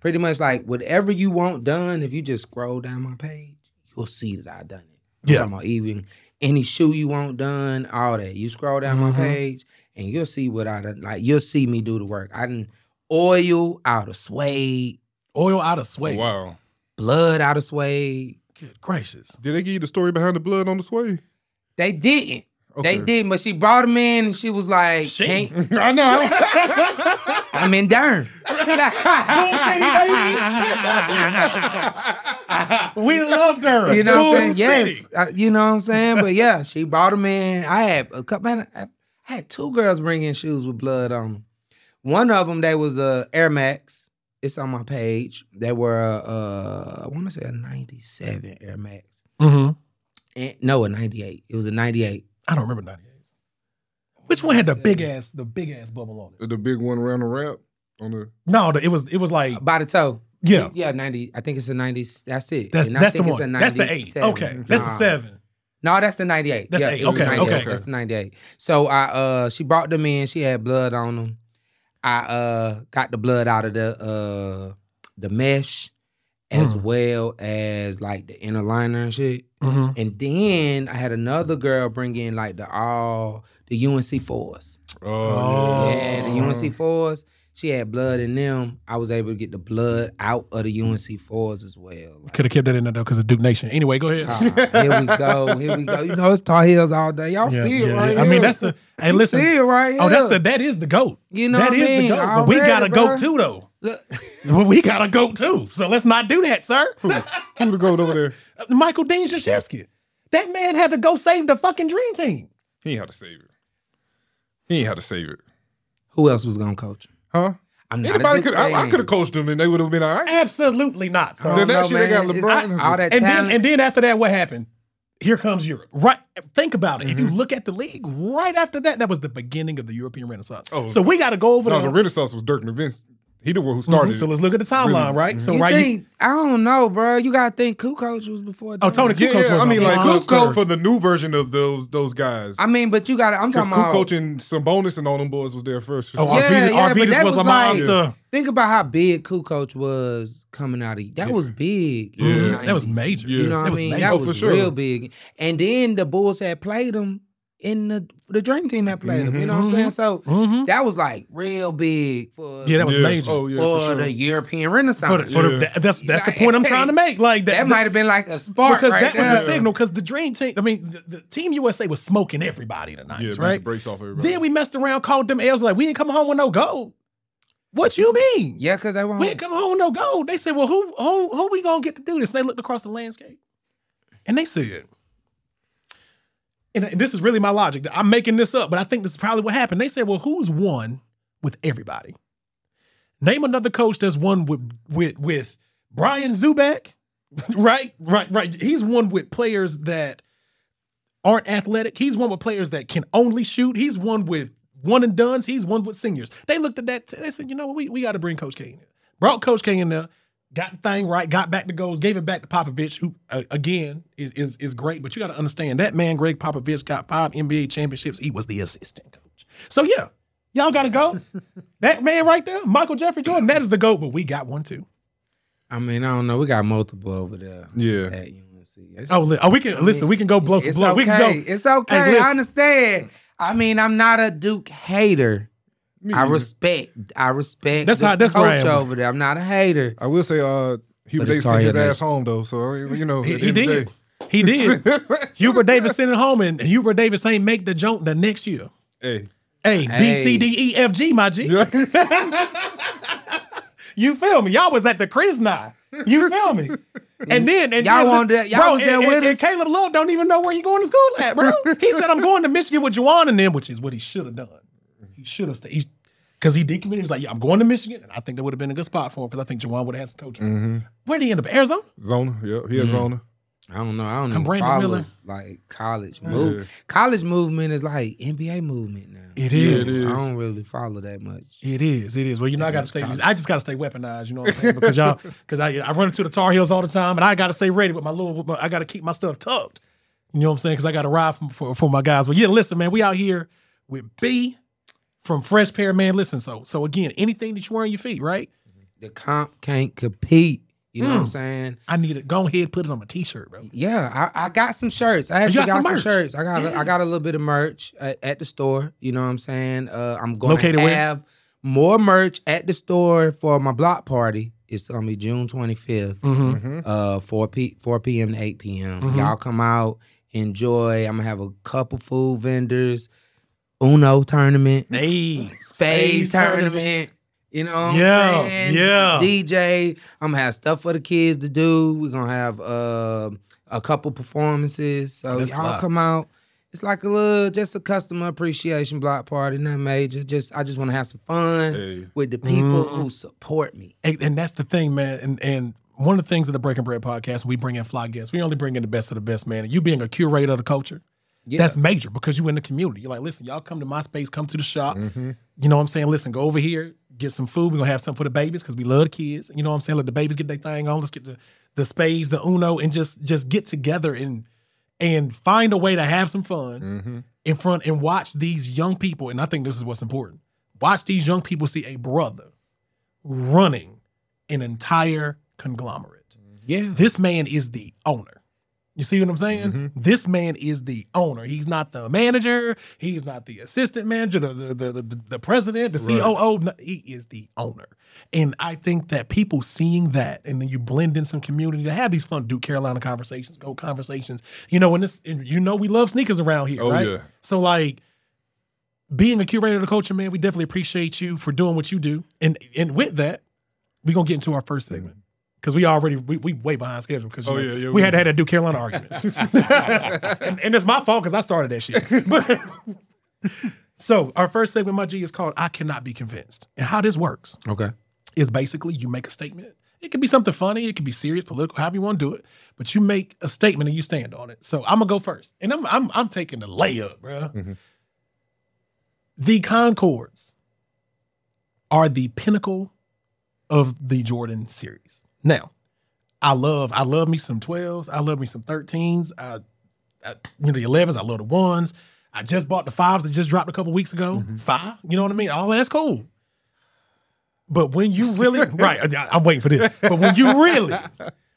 [SPEAKER 3] pretty much like whatever you want done if you just scroll down my page you'll see that i done it I'm
[SPEAKER 4] Yeah.
[SPEAKER 3] talking about even any shoe you want done all that you scroll down
[SPEAKER 4] Mhm.
[SPEAKER 3] my page and you'll see what i done like you'll see me do the work i done oil out of suede
[SPEAKER 4] Oil out of sweat.
[SPEAKER 3] Oh,
[SPEAKER 2] wow.
[SPEAKER 3] blood out of suede
[SPEAKER 4] Good gracious.
[SPEAKER 2] Did they give you the story behind the blood on the sway?
[SPEAKER 3] they didn't they didn't but she brought him in and she was like
[SPEAKER 4] She-
[SPEAKER 3] "Can't-
[SPEAKER 2] I know.
[SPEAKER 3] i'm in Durham.
[SPEAKER 4] We loved her.
[SPEAKER 3] You know what I'm
[SPEAKER 4] Boom
[SPEAKER 3] saying? Yes.
[SPEAKER 4] City.
[SPEAKER 3] Uh, you know what I'm saying? But yeah, she brought him in. I had a couple, man, I, I I had two girls bring in shoes with blood on them. One of them, they was a Air Max. It's on my page. They were, uh, uh, I want to say a 97 Air Max.
[SPEAKER 4] Mm-hmm.
[SPEAKER 3] And, no, a 98. It was a 98.
[SPEAKER 4] I don't remember 98. Which one had the big
[SPEAKER 3] 97.
[SPEAKER 4] ass the big ass bubble on it?
[SPEAKER 2] The big one around the wrap on the
[SPEAKER 4] No, the, it was it was like
[SPEAKER 3] By the toe.
[SPEAKER 4] yeah.
[SPEAKER 3] Yeah, 90. I think it's a 90. That's it.
[SPEAKER 4] That's
[SPEAKER 3] And I
[SPEAKER 4] that's the
[SPEAKER 3] think it's
[SPEAKER 4] one. That's the eight.
[SPEAKER 3] 97.
[SPEAKER 4] Okay, that's the
[SPEAKER 3] Nah.
[SPEAKER 4] seven.
[SPEAKER 3] No, that's the 98.
[SPEAKER 4] That's
[SPEAKER 3] yeah,
[SPEAKER 4] the eight.
[SPEAKER 3] it was
[SPEAKER 4] Okay,
[SPEAKER 3] 98.
[SPEAKER 4] okay.
[SPEAKER 3] That's the 98. So I uh she brought them in, she had blood on them. I uh got the blood out of the uh the mesh as
[SPEAKER 4] Mm.
[SPEAKER 3] well as like the inner liner and shit.
[SPEAKER 4] Mm-hmm.
[SPEAKER 3] And then I had another girl bring in like the all the UNC fours.
[SPEAKER 4] Oh.
[SPEAKER 3] Yeah, the UNC fours. She had blood in them. I was able to get the blood out of the UNC fours as well. Like,
[SPEAKER 4] Could have kept that in there though, because of Duke Nation. Anyway, go ahead.
[SPEAKER 3] ah, here we go. Here we go. You know it's Tar Heels all day. Y'all
[SPEAKER 4] Yeah,
[SPEAKER 3] see it
[SPEAKER 4] yeah,
[SPEAKER 3] right
[SPEAKER 4] yeah. I mean,
[SPEAKER 3] here.
[SPEAKER 4] that's the hey.
[SPEAKER 3] You
[SPEAKER 4] Listen,
[SPEAKER 3] see it right
[SPEAKER 4] oh, that's
[SPEAKER 3] here.
[SPEAKER 4] the that is the goat.
[SPEAKER 3] You know
[SPEAKER 4] that
[SPEAKER 3] what I
[SPEAKER 4] is
[SPEAKER 3] mean?
[SPEAKER 4] the goat. But we
[SPEAKER 3] Already,
[SPEAKER 4] got a
[SPEAKER 3] bro.
[SPEAKER 4] goat too though.
[SPEAKER 3] Look,
[SPEAKER 4] Well, we got a goat too. So let's not do that, sir.
[SPEAKER 2] Who the goat over there?
[SPEAKER 4] Uh, Michael Dean Shashevsky. That man had to go save the fucking dream team.
[SPEAKER 2] He ain't how to save it. He ain't how to save it.
[SPEAKER 3] Who else was gonna coach?
[SPEAKER 2] Huh?
[SPEAKER 3] I'm not a
[SPEAKER 2] Anybody
[SPEAKER 3] Duke
[SPEAKER 2] could I, I
[SPEAKER 3] fan.
[SPEAKER 2] could have coached them and they would have been all right.
[SPEAKER 4] Absolutely not, sir.
[SPEAKER 3] I don't
[SPEAKER 2] Then that
[SPEAKER 3] know,
[SPEAKER 2] shit they got
[SPEAKER 3] man. It's
[SPEAKER 2] LeBron.
[SPEAKER 3] all- all that
[SPEAKER 4] and
[SPEAKER 3] talent.
[SPEAKER 4] then and then after that, what happened? Here comes Europe. Right. Think about it. If you
[SPEAKER 3] Mm-hmm.
[SPEAKER 4] look at the league, right after that, that was the beginning of the European Renaissance.
[SPEAKER 2] Oh.
[SPEAKER 4] so we got to go over
[SPEAKER 2] no,
[SPEAKER 4] the,
[SPEAKER 2] the Renaissance was Dirk Nowitzki. He the one who started.
[SPEAKER 4] So
[SPEAKER 2] it.
[SPEAKER 4] let's look at the timeline,
[SPEAKER 2] Really. Mm-hmm.
[SPEAKER 4] right? So
[SPEAKER 3] you
[SPEAKER 4] right. you-
[SPEAKER 3] think, I don't know, bro. You gotta think who coach was before.
[SPEAKER 4] oh,
[SPEAKER 3] Jordan.
[SPEAKER 4] Tony
[SPEAKER 2] yeah,
[SPEAKER 4] Kukoc
[SPEAKER 2] yeah,
[SPEAKER 4] was
[SPEAKER 2] I mean,
[SPEAKER 4] on
[SPEAKER 2] like
[SPEAKER 4] the
[SPEAKER 2] Coach
[SPEAKER 4] All-Stars.
[SPEAKER 2] Coach for the new version of those those guys.
[SPEAKER 3] I mean, but you gotta. I'm
[SPEAKER 2] Because
[SPEAKER 3] talking
[SPEAKER 2] Cool
[SPEAKER 3] about
[SPEAKER 2] Coach and Sabonis and all them boys was there first.
[SPEAKER 4] Oh,
[SPEAKER 3] Yeah,
[SPEAKER 4] Arvidas,
[SPEAKER 3] yeah, but
[SPEAKER 4] Arvidas
[SPEAKER 3] that
[SPEAKER 4] was,
[SPEAKER 3] was
[SPEAKER 4] a
[SPEAKER 3] like-
[SPEAKER 4] monster.
[SPEAKER 3] Think about how big Ku Coach was coming out of that was big. in
[SPEAKER 2] Yeah.
[SPEAKER 3] the
[SPEAKER 4] Mm-hmm. That was
[SPEAKER 3] 90s.
[SPEAKER 4] major.
[SPEAKER 2] Yeah.
[SPEAKER 3] You know
[SPEAKER 4] That
[SPEAKER 3] what I
[SPEAKER 4] was
[SPEAKER 3] mean?
[SPEAKER 4] major.
[SPEAKER 3] That
[SPEAKER 2] Oh,
[SPEAKER 3] was
[SPEAKER 2] for sure.
[SPEAKER 3] real big. And then the Bulls had played them in the the Dream Team had played them. You know what I'm saying? So
[SPEAKER 4] Mhm.
[SPEAKER 3] that was like real big for
[SPEAKER 4] Yeah, that was
[SPEAKER 2] Yeah.
[SPEAKER 4] major.
[SPEAKER 2] Oh, yeah,
[SPEAKER 3] for,
[SPEAKER 2] for,
[SPEAKER 3] the
[SPEAKER 2] sure.
[SPEAKER 3] European Renaissance.
[SPEAKER 4] For the- for the-
[SPEAKER 2] Yeah.
[SPEAKER 4] that- that's that's the point I'm trying to make. Like
[SPEAKER 3] that might have been like a spark
[SPEAKER 4] because
[SPEAKER 3] right
[SPEAKER 4] that
[SPEAKER 3] there.
[SPEAKER 4] was the signal. Because the dream team, I mean, the, the team USA was smoking everybody tonight,
[SPEAKER 2] Yeah, right?
[SPEAKER 4] right?
[SPEAKER 2] the brakes off everybody.
[SPEAKER 4] Then we messed around, called them L's like we ain't come home with no gold. What you mean?
[SPEAKER 3] Yeah, because they won't.
[SPEAKER 4] We ain't come home with no gold. They said, well, who who who we gonna get to do this? And they looked across the landscape, and they said, and, and this is really my logic. I'm making this up, but I think this is probably what happened. They said, well, who's won with everybody? Name another coach that's won with with with Brian Zuback, right? Right? Right? He's one with players that aren't athletic. He's one with players that can only shoot. He's one with one and duns. He's one with seniors. They looked at that. They said, you know what? We, we got to bring Coach K in. There. Brought Coach K in there. Got the thing right. Got back the goals. Gave it back to Popovich, who uh, again is is is great. But you got to understand that man, Greg Popovich, got five NBA championships. He was the assistant coach. So yeah, y'all got to go. that man right there, Michael Jeffrey Jordan. That is the goat. But we got one too.
[SPEAKER 3] I mean, I don't know. We got multiple over there.
[SPEAKER 2] yeah.
[SPEAKER 3] At UNC. It's-
[SPEAKER 4] Oh, li- oh, we can listen. We can go blow for
[SPEAKER 3] it's
[SPEAKER 4] blow.
[SPEAKER 3] Okay.
[SPEAKER 4] We can go.
[SPEAKER 3] It's okay.
[SPEAKER 4] listen.
[SPEAKER 3] I understand. I mean, I'm not a Duke hater.
[SPEAKER 2] Me
[SPEAKER 3] I
[SPEAKER 2] either.
[SPEAKER 3] respect. I respect.
[SPEAKER 4] That's
[SPEAKER 3] the
[SPEAKER 4] how- that's
[SPEAKER 3] coach
[SPEAKER 4] where I am.
[SPEAKER 3] over there. I'm not a hater.
[SPEAKER 2] I will say, uh, Hubert
[SPEAKER 3] it's
[SPEAKER 2] Davis
[SPEAKER 3] Tar
[SPEAKER 2] sent his
[SPEAKER 3] Heel
[SPEAKER 2] ass home though, so you know
[SPEAKER 4] He,
[SPEAKER 2] at the
[SPEAKER 4] he
[SPEAKER 2] end of the
[SPEAKER 4] did.
[SPEAKER 2] day.
[SPEAKER 4] He did. Hubert Davis sent it home, and Hubert Davis ain't make the jump the next year.
[SPEAKER 2] Hey,
[SPEAKER 4] A B
[SPEAKER 3] Hey.
[SPEAKER 4] C D E F G, my G. you feel me? Y'all was at the Chris now. You feel me? And then and
[SPEAKER 3] Y'all
[SPEAKER 4] then,
[SPEAKER 3] wanted that- y'all
[SPEAKER 4] bro,
[SPEAKER 3] was
[SPEAKER 4] and-
[SPEAKER 3] there
[SPEAKER 4] and,
[SPEAKER 3] with
[SPEAKER 4] and
[SPEAKER 3] us.
[SPEAKER 4] Caleb Love don't even know where he going to school at, bro. He said I'm going to Michigan with Juwan and them, which is what he should have done. He should have stayed. Because he decommitted, he was like, "Yeah, I'm going to Michigan," and I think that would have been a good spot for him because I think Juwan would have had some coaching.
[SPEAKER 3] Mm-hmm.
[SPEAKER 4] Where did he end up? Arizona?
[SPEAKER 2] Zona. Yep, he
[SPEAKER 4] Mm-hmm.
[SPEAKER 2] has Zona.
[SPEAKER 3] I don't know. I don't even
[SPEAKER 4] Brandon
[SPEAKER 3] follow
[SPEAKER 4] Miller.
[SPEAKER 3] like college move. College movement is like NBA movement now.
[SPEAKER 4] It
[SPEAKER 2] is.
[SPEAKER 3] So
[SPEAKER 2] It is.
[SPEAKER 3] I don't really follow that much.
[SPEAKER 4] It is. It is. Well, you know, I got to
[SPEAKER 3] it's
[SPEAKER 4] stay.
[SPEAKER 3] college.
[SPEAKER 4] I just got to stay weaponized. You know what I'm saying? Because y'all, because I, I run into the Tar Heels all the time, and I got to stay ready with my little. with my- I got to keep my stuff tucked. You know what I'm saying? Because I got to ride for, for for my guys. But yeah, listen, man, we out here with B from Fresh Pair, man. Listen, so so again, anything that you wear on your feet, right?
[SPEAKER 3] The comp can't compete. You know what
[SPEAKER 4] Mm.
[SPEAKER 3] I'm saying?
[SPEAKER 4] I need it. Go ahead, put it on my t-shirt, bro.
[SPEAKER 3] Yeah, I, I got some shirts. I actually
[SPEAKER 4] got
[SPEAKER 3] got,
[SPEAKER 4] some
[SPEAKER 3] some,
[SPEAKER 4] merch.
[SPEAKER 3] shirts. I got a-
[SPEAKER 4] Yeah.
[SPEAKER 3] I got a little bit of merch at, at the store. You know what I'm saying? Uh, I'm going
[SPEAKER 4] Located
[SPEAKER 3] to
[SPEAKER 4] where?
[SPEAKER 3] have more merch at the store for my block party. It's gonna be June 25th,
[SPEAKER 4] Mm-hmm.
[SPEAKER 2] Mm-hmm.
[SPEAKER 3] uh, 4 p 4 p.m. to 8 p.m.
[SPEAKER 4] Mhm.
[SPEAKER 3] Y'all come out, enjoy. I'm gonna have a couple food vendors, Uno tournament,
[SPEAKER 4] Hey,
[SPEAKER 3] space tournament. You know, what I'm
[SPEAKER 4] Yeah,
[SPEAKER 3] saying?
[SPEAKER 4] yeah.
[SPEAKER 3] DJ, I'm gonna have stuff for the kids to do. We're gonna have uh, a couple performances. So
[SPEAKER 4] That's
[SPEAKER 3] y'all
[SPEAKER 4] fly.
[SPEAKER 3] come out, It's like a little, just a customer appreciation block party, nothing major. Just I just want to have some fun
[SPEAKER 2] Hey.
[SPEAKER 3] with the people who support me.
[SPEAKER 4] And, and that's the thing, man. And and one of the things of the Breaking Bread podcast, we bring in fly guests. We only bring in the best of the best, man. And you being a curator of the culture,
[SPEAKER 3] Yeah.
[SPEAKER 4] that's major because you in the community. You're like, listen, y'all come to my space, come to the shop. You know what I'm saying? Listen, go over here, get some food. We're gonna have something for the babies because we love the kids. You know what I'm saying? Let the babies get their thing on. Let's get the the spades, the Uno, and just just get together and and find a way to have some fun in front and watch these young people. And I think this is what's important. Watch these young people see a brother running an entire conglomerate.
[SPEAKER 2] Mm-hmm.
[SPEAKER 3] yeah.
[SPEAKER 4] This man is the owner. You see what I'm saying?
[SPEAKER 2] Mm-hmm.
[SPEAKER 4] This man is the owner. He's not the manager. He's not the assistant manager, the the the, the, the president, the COO. No, he is the owner. And I think that people seeing that, and then you blend in some community to have these fun Duke Carolina conversations, go conversations. You know, and this, and you know, we love sneakers around here,
[SPEAKER 2] Oh,
[SPEAKER 4] right?
[SPEAKER 2] yeah.
[SPEAKER 4] So like. Being a curator of the culture, man, we definitely appreciate you for doing what you do. And and with that, we're gonna get into our first segment because we already we, we way behind schedule because
[SPEAKER 2] Oh, yeah, yeah,
[SPEAKER 4] we
[SPEAKER 2] we-
[SPEAKER 4] had to had that Duke Carolina argument, and, and it's my fault because I started that shit. But- so our first segment, my G, is called "I Cannot Be Convinced," and how this works
[SPEAKER 3] Okay.
[SPEAKER 4] is basically you make a statement. It could be something funny, it could be serious, political, however you want to do it, but you make a statement and you stand on it. So I'm gonna go first, and I'm I'm I'm taking the layup, bro. The Concords are the pinnacle of the Jordan series. Now, I love I love me some 12s, I love me some 13s, I, I you know the 11s, I love the ones. I just bought the fives that just dropped a couple weeks ago. Five, you know what I mean? All that's cool. But when you really right, I, am waiting for this. But when you really,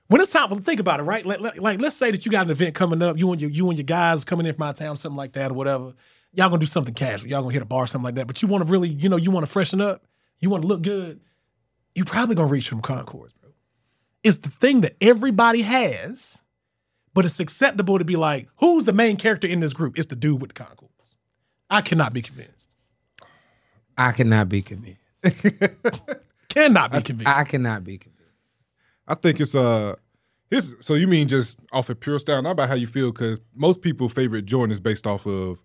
[SPEAKER 4] when it's time, well, think about it, right? Like, like, like, let's say that you got an event coming up, you and your you and your guys coming in from my town, something like that, or whatever. Y'all gonna do something casual. Y'all gonna hit a bar, something like that. But you want to really, you know, you want to freshen up. You want to look good. You probably gonna reach from Concords, bro. It's the thing that everybody has, but it's acceptable to be like, who's the main character in this group? It's the dude with the Concords. I cannot be convinced.
[SPEAKER 3] I cannot be convinced.
[SPEAKER 4] Cannot be convinced.
[SPEAKER 3] I cannot be convinced.
[SPEAKER 2] I think it's uh his so you mean just off of pure style, not about how you feel, because most people favorite Jordan is based off of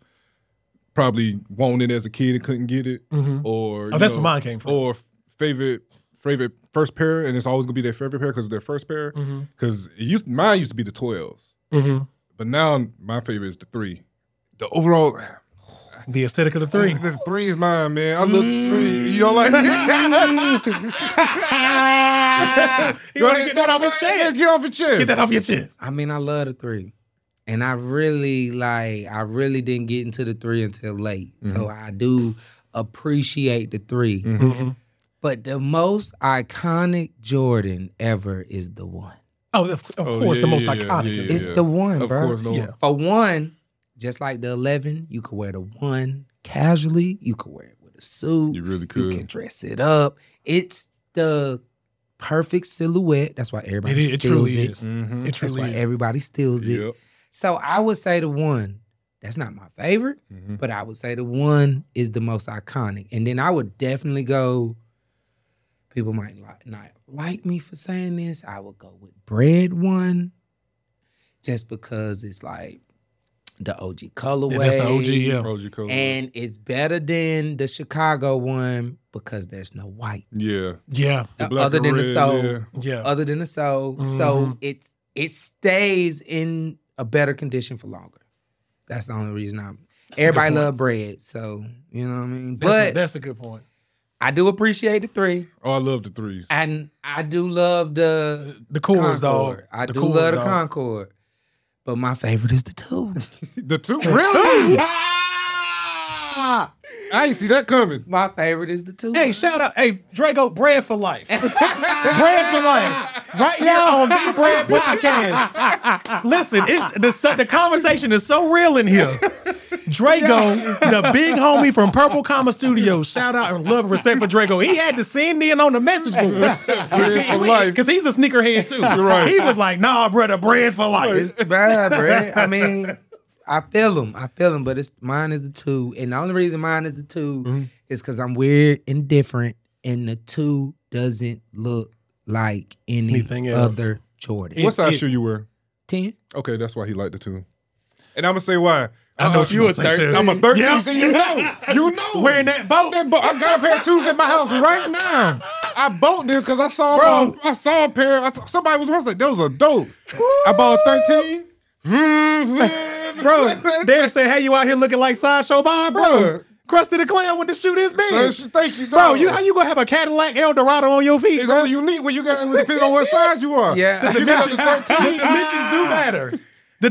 [SPEAKER 2] probably wanting it as a kid and couldn't get it. Or you
[SPEAKER 4] Mm-hmm. Oh, that's
[SPEAKER 2] know,
[SPEAKER 4] where mine came from.
[SPEAKER 2] Or favorite favorite first pair, and it's always gonna be their favorite pair because their first pair.
[SPEAKER 4] Mm-hmm.
[SPEAKER 2] Because it used mine used to be the twelves. But now my favorite is the three. The overall
[SPEAKER 4] the aesthetic of the three.
[SPEAKER 2] the three is mine, man. I look three. You don't like it?
[SPEAKER 4] You wanna get that off his chest.
[SPEAKER 2] Get off your chest.
[SPEAKER 4] Get that off your chest.
[SPEAKER 3] I mean, I love the three. And I really like I really didn't get into the three until late. So I do appreciate the 3
[SPEAKER 4] Mm-hmm.
[SPEAKER 3] But the most iconic Jordan ever is the one.
[SPEAKER 4] Oh, of, of
[SPEAKER 2] Oh,
[SPEAKER 4] course,
[SPEAKER 2] yeah,
[SPEAKER 4] the most
[SPEAKER 2] yeah, yeah,
[SPEAKER 4] iconic.
[SPEAKER 2] yeah,
[SPEAKER 4] of
[SPEAKER 2] yeah.
[SPEAKER 4] it.
[SPEAKER 3] It's the one,
[SPEAKER 2] Of
[SPEAKER 3] bro.
[SPEAKER 2] course, no.
[SPEAKER 4] Yeah.
[SPEAKER 3] For one, just like the eleven, you could wear the one casually. You could wear it with a suit.
[SPEAKER 2] You really
[SPEAKER 3] You
[SPEAKER 2] could.
[SPEAKER 3] can dress it up. It's the perfect silhouette. That's why everybody
[SPEAKER 4] It, is- it
[SPEAKER 3] steals
[SPEAKER 4] truly
[SPEAKER 3] it.
[SPEAKER 4] is.
[SPEAKER 2] Mhm.
[SPEAKER 4] It
[SPEAKER 3] That's
[SPEAKER 4] truly
[SPEAKER 3] why
[SPEAKER 4] is.
[SPEAKER 3] everybody steals it.
[SPEAKER 2] Yep.
[SPEAKER 3] So I would say the one. That's not my favorite,
[SPEAKER 2] Mhm.
[SPEAKER 3] but I would say the one is the most iconic. And then I would definitely go. People might li- not like me for saying this. I would go with bread one, just because it's like the OG colorway.
[SPEAKER 4] Yeah, that's the OG. Yeah.
[SPEAKER 2] Told you, Cole.
[SPEAKER 3] And it's better than the Chicago one because there's no white
[SPEAKER 2] yeah.
[SPEAKER 4] Yeah.
[SPEAKER 3] uh,
[SPEAKER 2] black
[SPEAKER 3] other
[SPEAKER 2] and
[SPEAKER 3] than the
[SPEAKER 2] red,
[SPEAKER 3] soul.
[SPEAKER 2] yeah.
[SPEAKER 4] Yeah.
[SPEAKER 3] Other than the soul, so
[SPEAKER 4] Mhm.
[SPEAKER 3] it it stays in a better condition for longer. That's the only reason I'm.
[SPEAKER 4] a good
[SPEAKER 3] everybody
[SPEAKER 4] point.
[SPEAKER 3] love bread, so you know what I mean.
[SPEAKER 4] that's,
[SPEAKER 3] but
[SPEAKER 4] a, that's a good point.
[SPEAKER 3] I do appreciate the three,
[SPEAKER 2] Oh, I love the threes.
[SPEAKER 3] and I do love the
[SPEAKER 4] The chords, though.
[SPEAKER 3] Concord. I
[SPEAKER 4] the
[SPEAKER 3] do
[SPEAKER 4] chords,
[SPEAKER 3] love the
[SPEAKER 4] dog.
[SPEAKER 3] Concord, but my favorite is the two.
[SPEAKER 2] The two. Really? I ain't see that coming.
[SPEAKER 3] my favorite is the two.
[SPEAKER 4] Hey, shout out. Hey, Draco, bread for life. bread for life. Right here on the Bread Podcast. Listen, it's the, su- the conversation is so real in here. Draco, the big homie from Purple Comma Studios, shout out and love and respect for Draco. He had to send in on the message board.
[SPEAKER 2] Bread for life.
[SPEAKER 4] Because he's a sneakerhead too.
[SPEAKER 2] right.
[SPEAKER 4] He was like, nah, brother, bread for life.
[SPEAKER 3] It's bad, bruh. I mean, I feel them. I feel them, but it's mine is the two. And the only reason mine is the 2
[SPEAKER 2] Mm-hmm.
[SPEAKER 3] is because I'm weird and different, and the two doesn't look like any
[SPEAKER 4] Anything else.
[SPEAKER 3] other Jordan.
[SPEAKER 2] What size
[SPEAKER 4] it-
[SPEAKER 2] shoe you wear?
[SPEAKER 3] Ten?
[SPEAKER 2] Okay, that's why he liked the two. And I'm gonna say why.
[SPEAKER 4] I know what you
[SPEAKER 2] you a
[SPEAKER 4] gonna say,
[SPEAKER 2] thirteen.
[SPEAKER 4] too.
[SPEAKER 2] I'm a thirteen.
[SPEAKER 4] Yep.
[SPEAKER 2] So you know, you know.
[SPEAKER 4] Wearing that boat.
[SPEAKER 2] That boat. I got a pair of shoes at my house right now. I bought them because I saw
[SPEAKER 4] Bro.
[SPEAKER 2] them on- I saw a pair. I t- somebody was once like, "Those are dope." I bought thirteen.
[SPEAKER 4] Bro, Derek said, "Hey, you out here looking like sideshow Bob, bro?
[SPEAKER 2] Bro.
[SPEAKER 4] Krusty the Clown with the shoot his
[SPEAKER 2] Son,
[SPEAKER 4] bitch,
[SPEAKER 2] sh- thank you,
[SPEAKER 4] bro.
[SPEAKER 2] dog.
[SPEAKER 4] You how you gonna have a Cadillac Eldorado on your feet?
[SPEAKER 2] It's
[SPEAKER 4] bro?
[SPEAKER 2] only unique when you got it depends on what size you are.
[SPEAKER 3] Yeah.
[SPEAKER 2] If you got the
[SPEAKER 4] the
[SPEAKER 2] thirteen.
[SPEAKER 4] dimensions do matter. The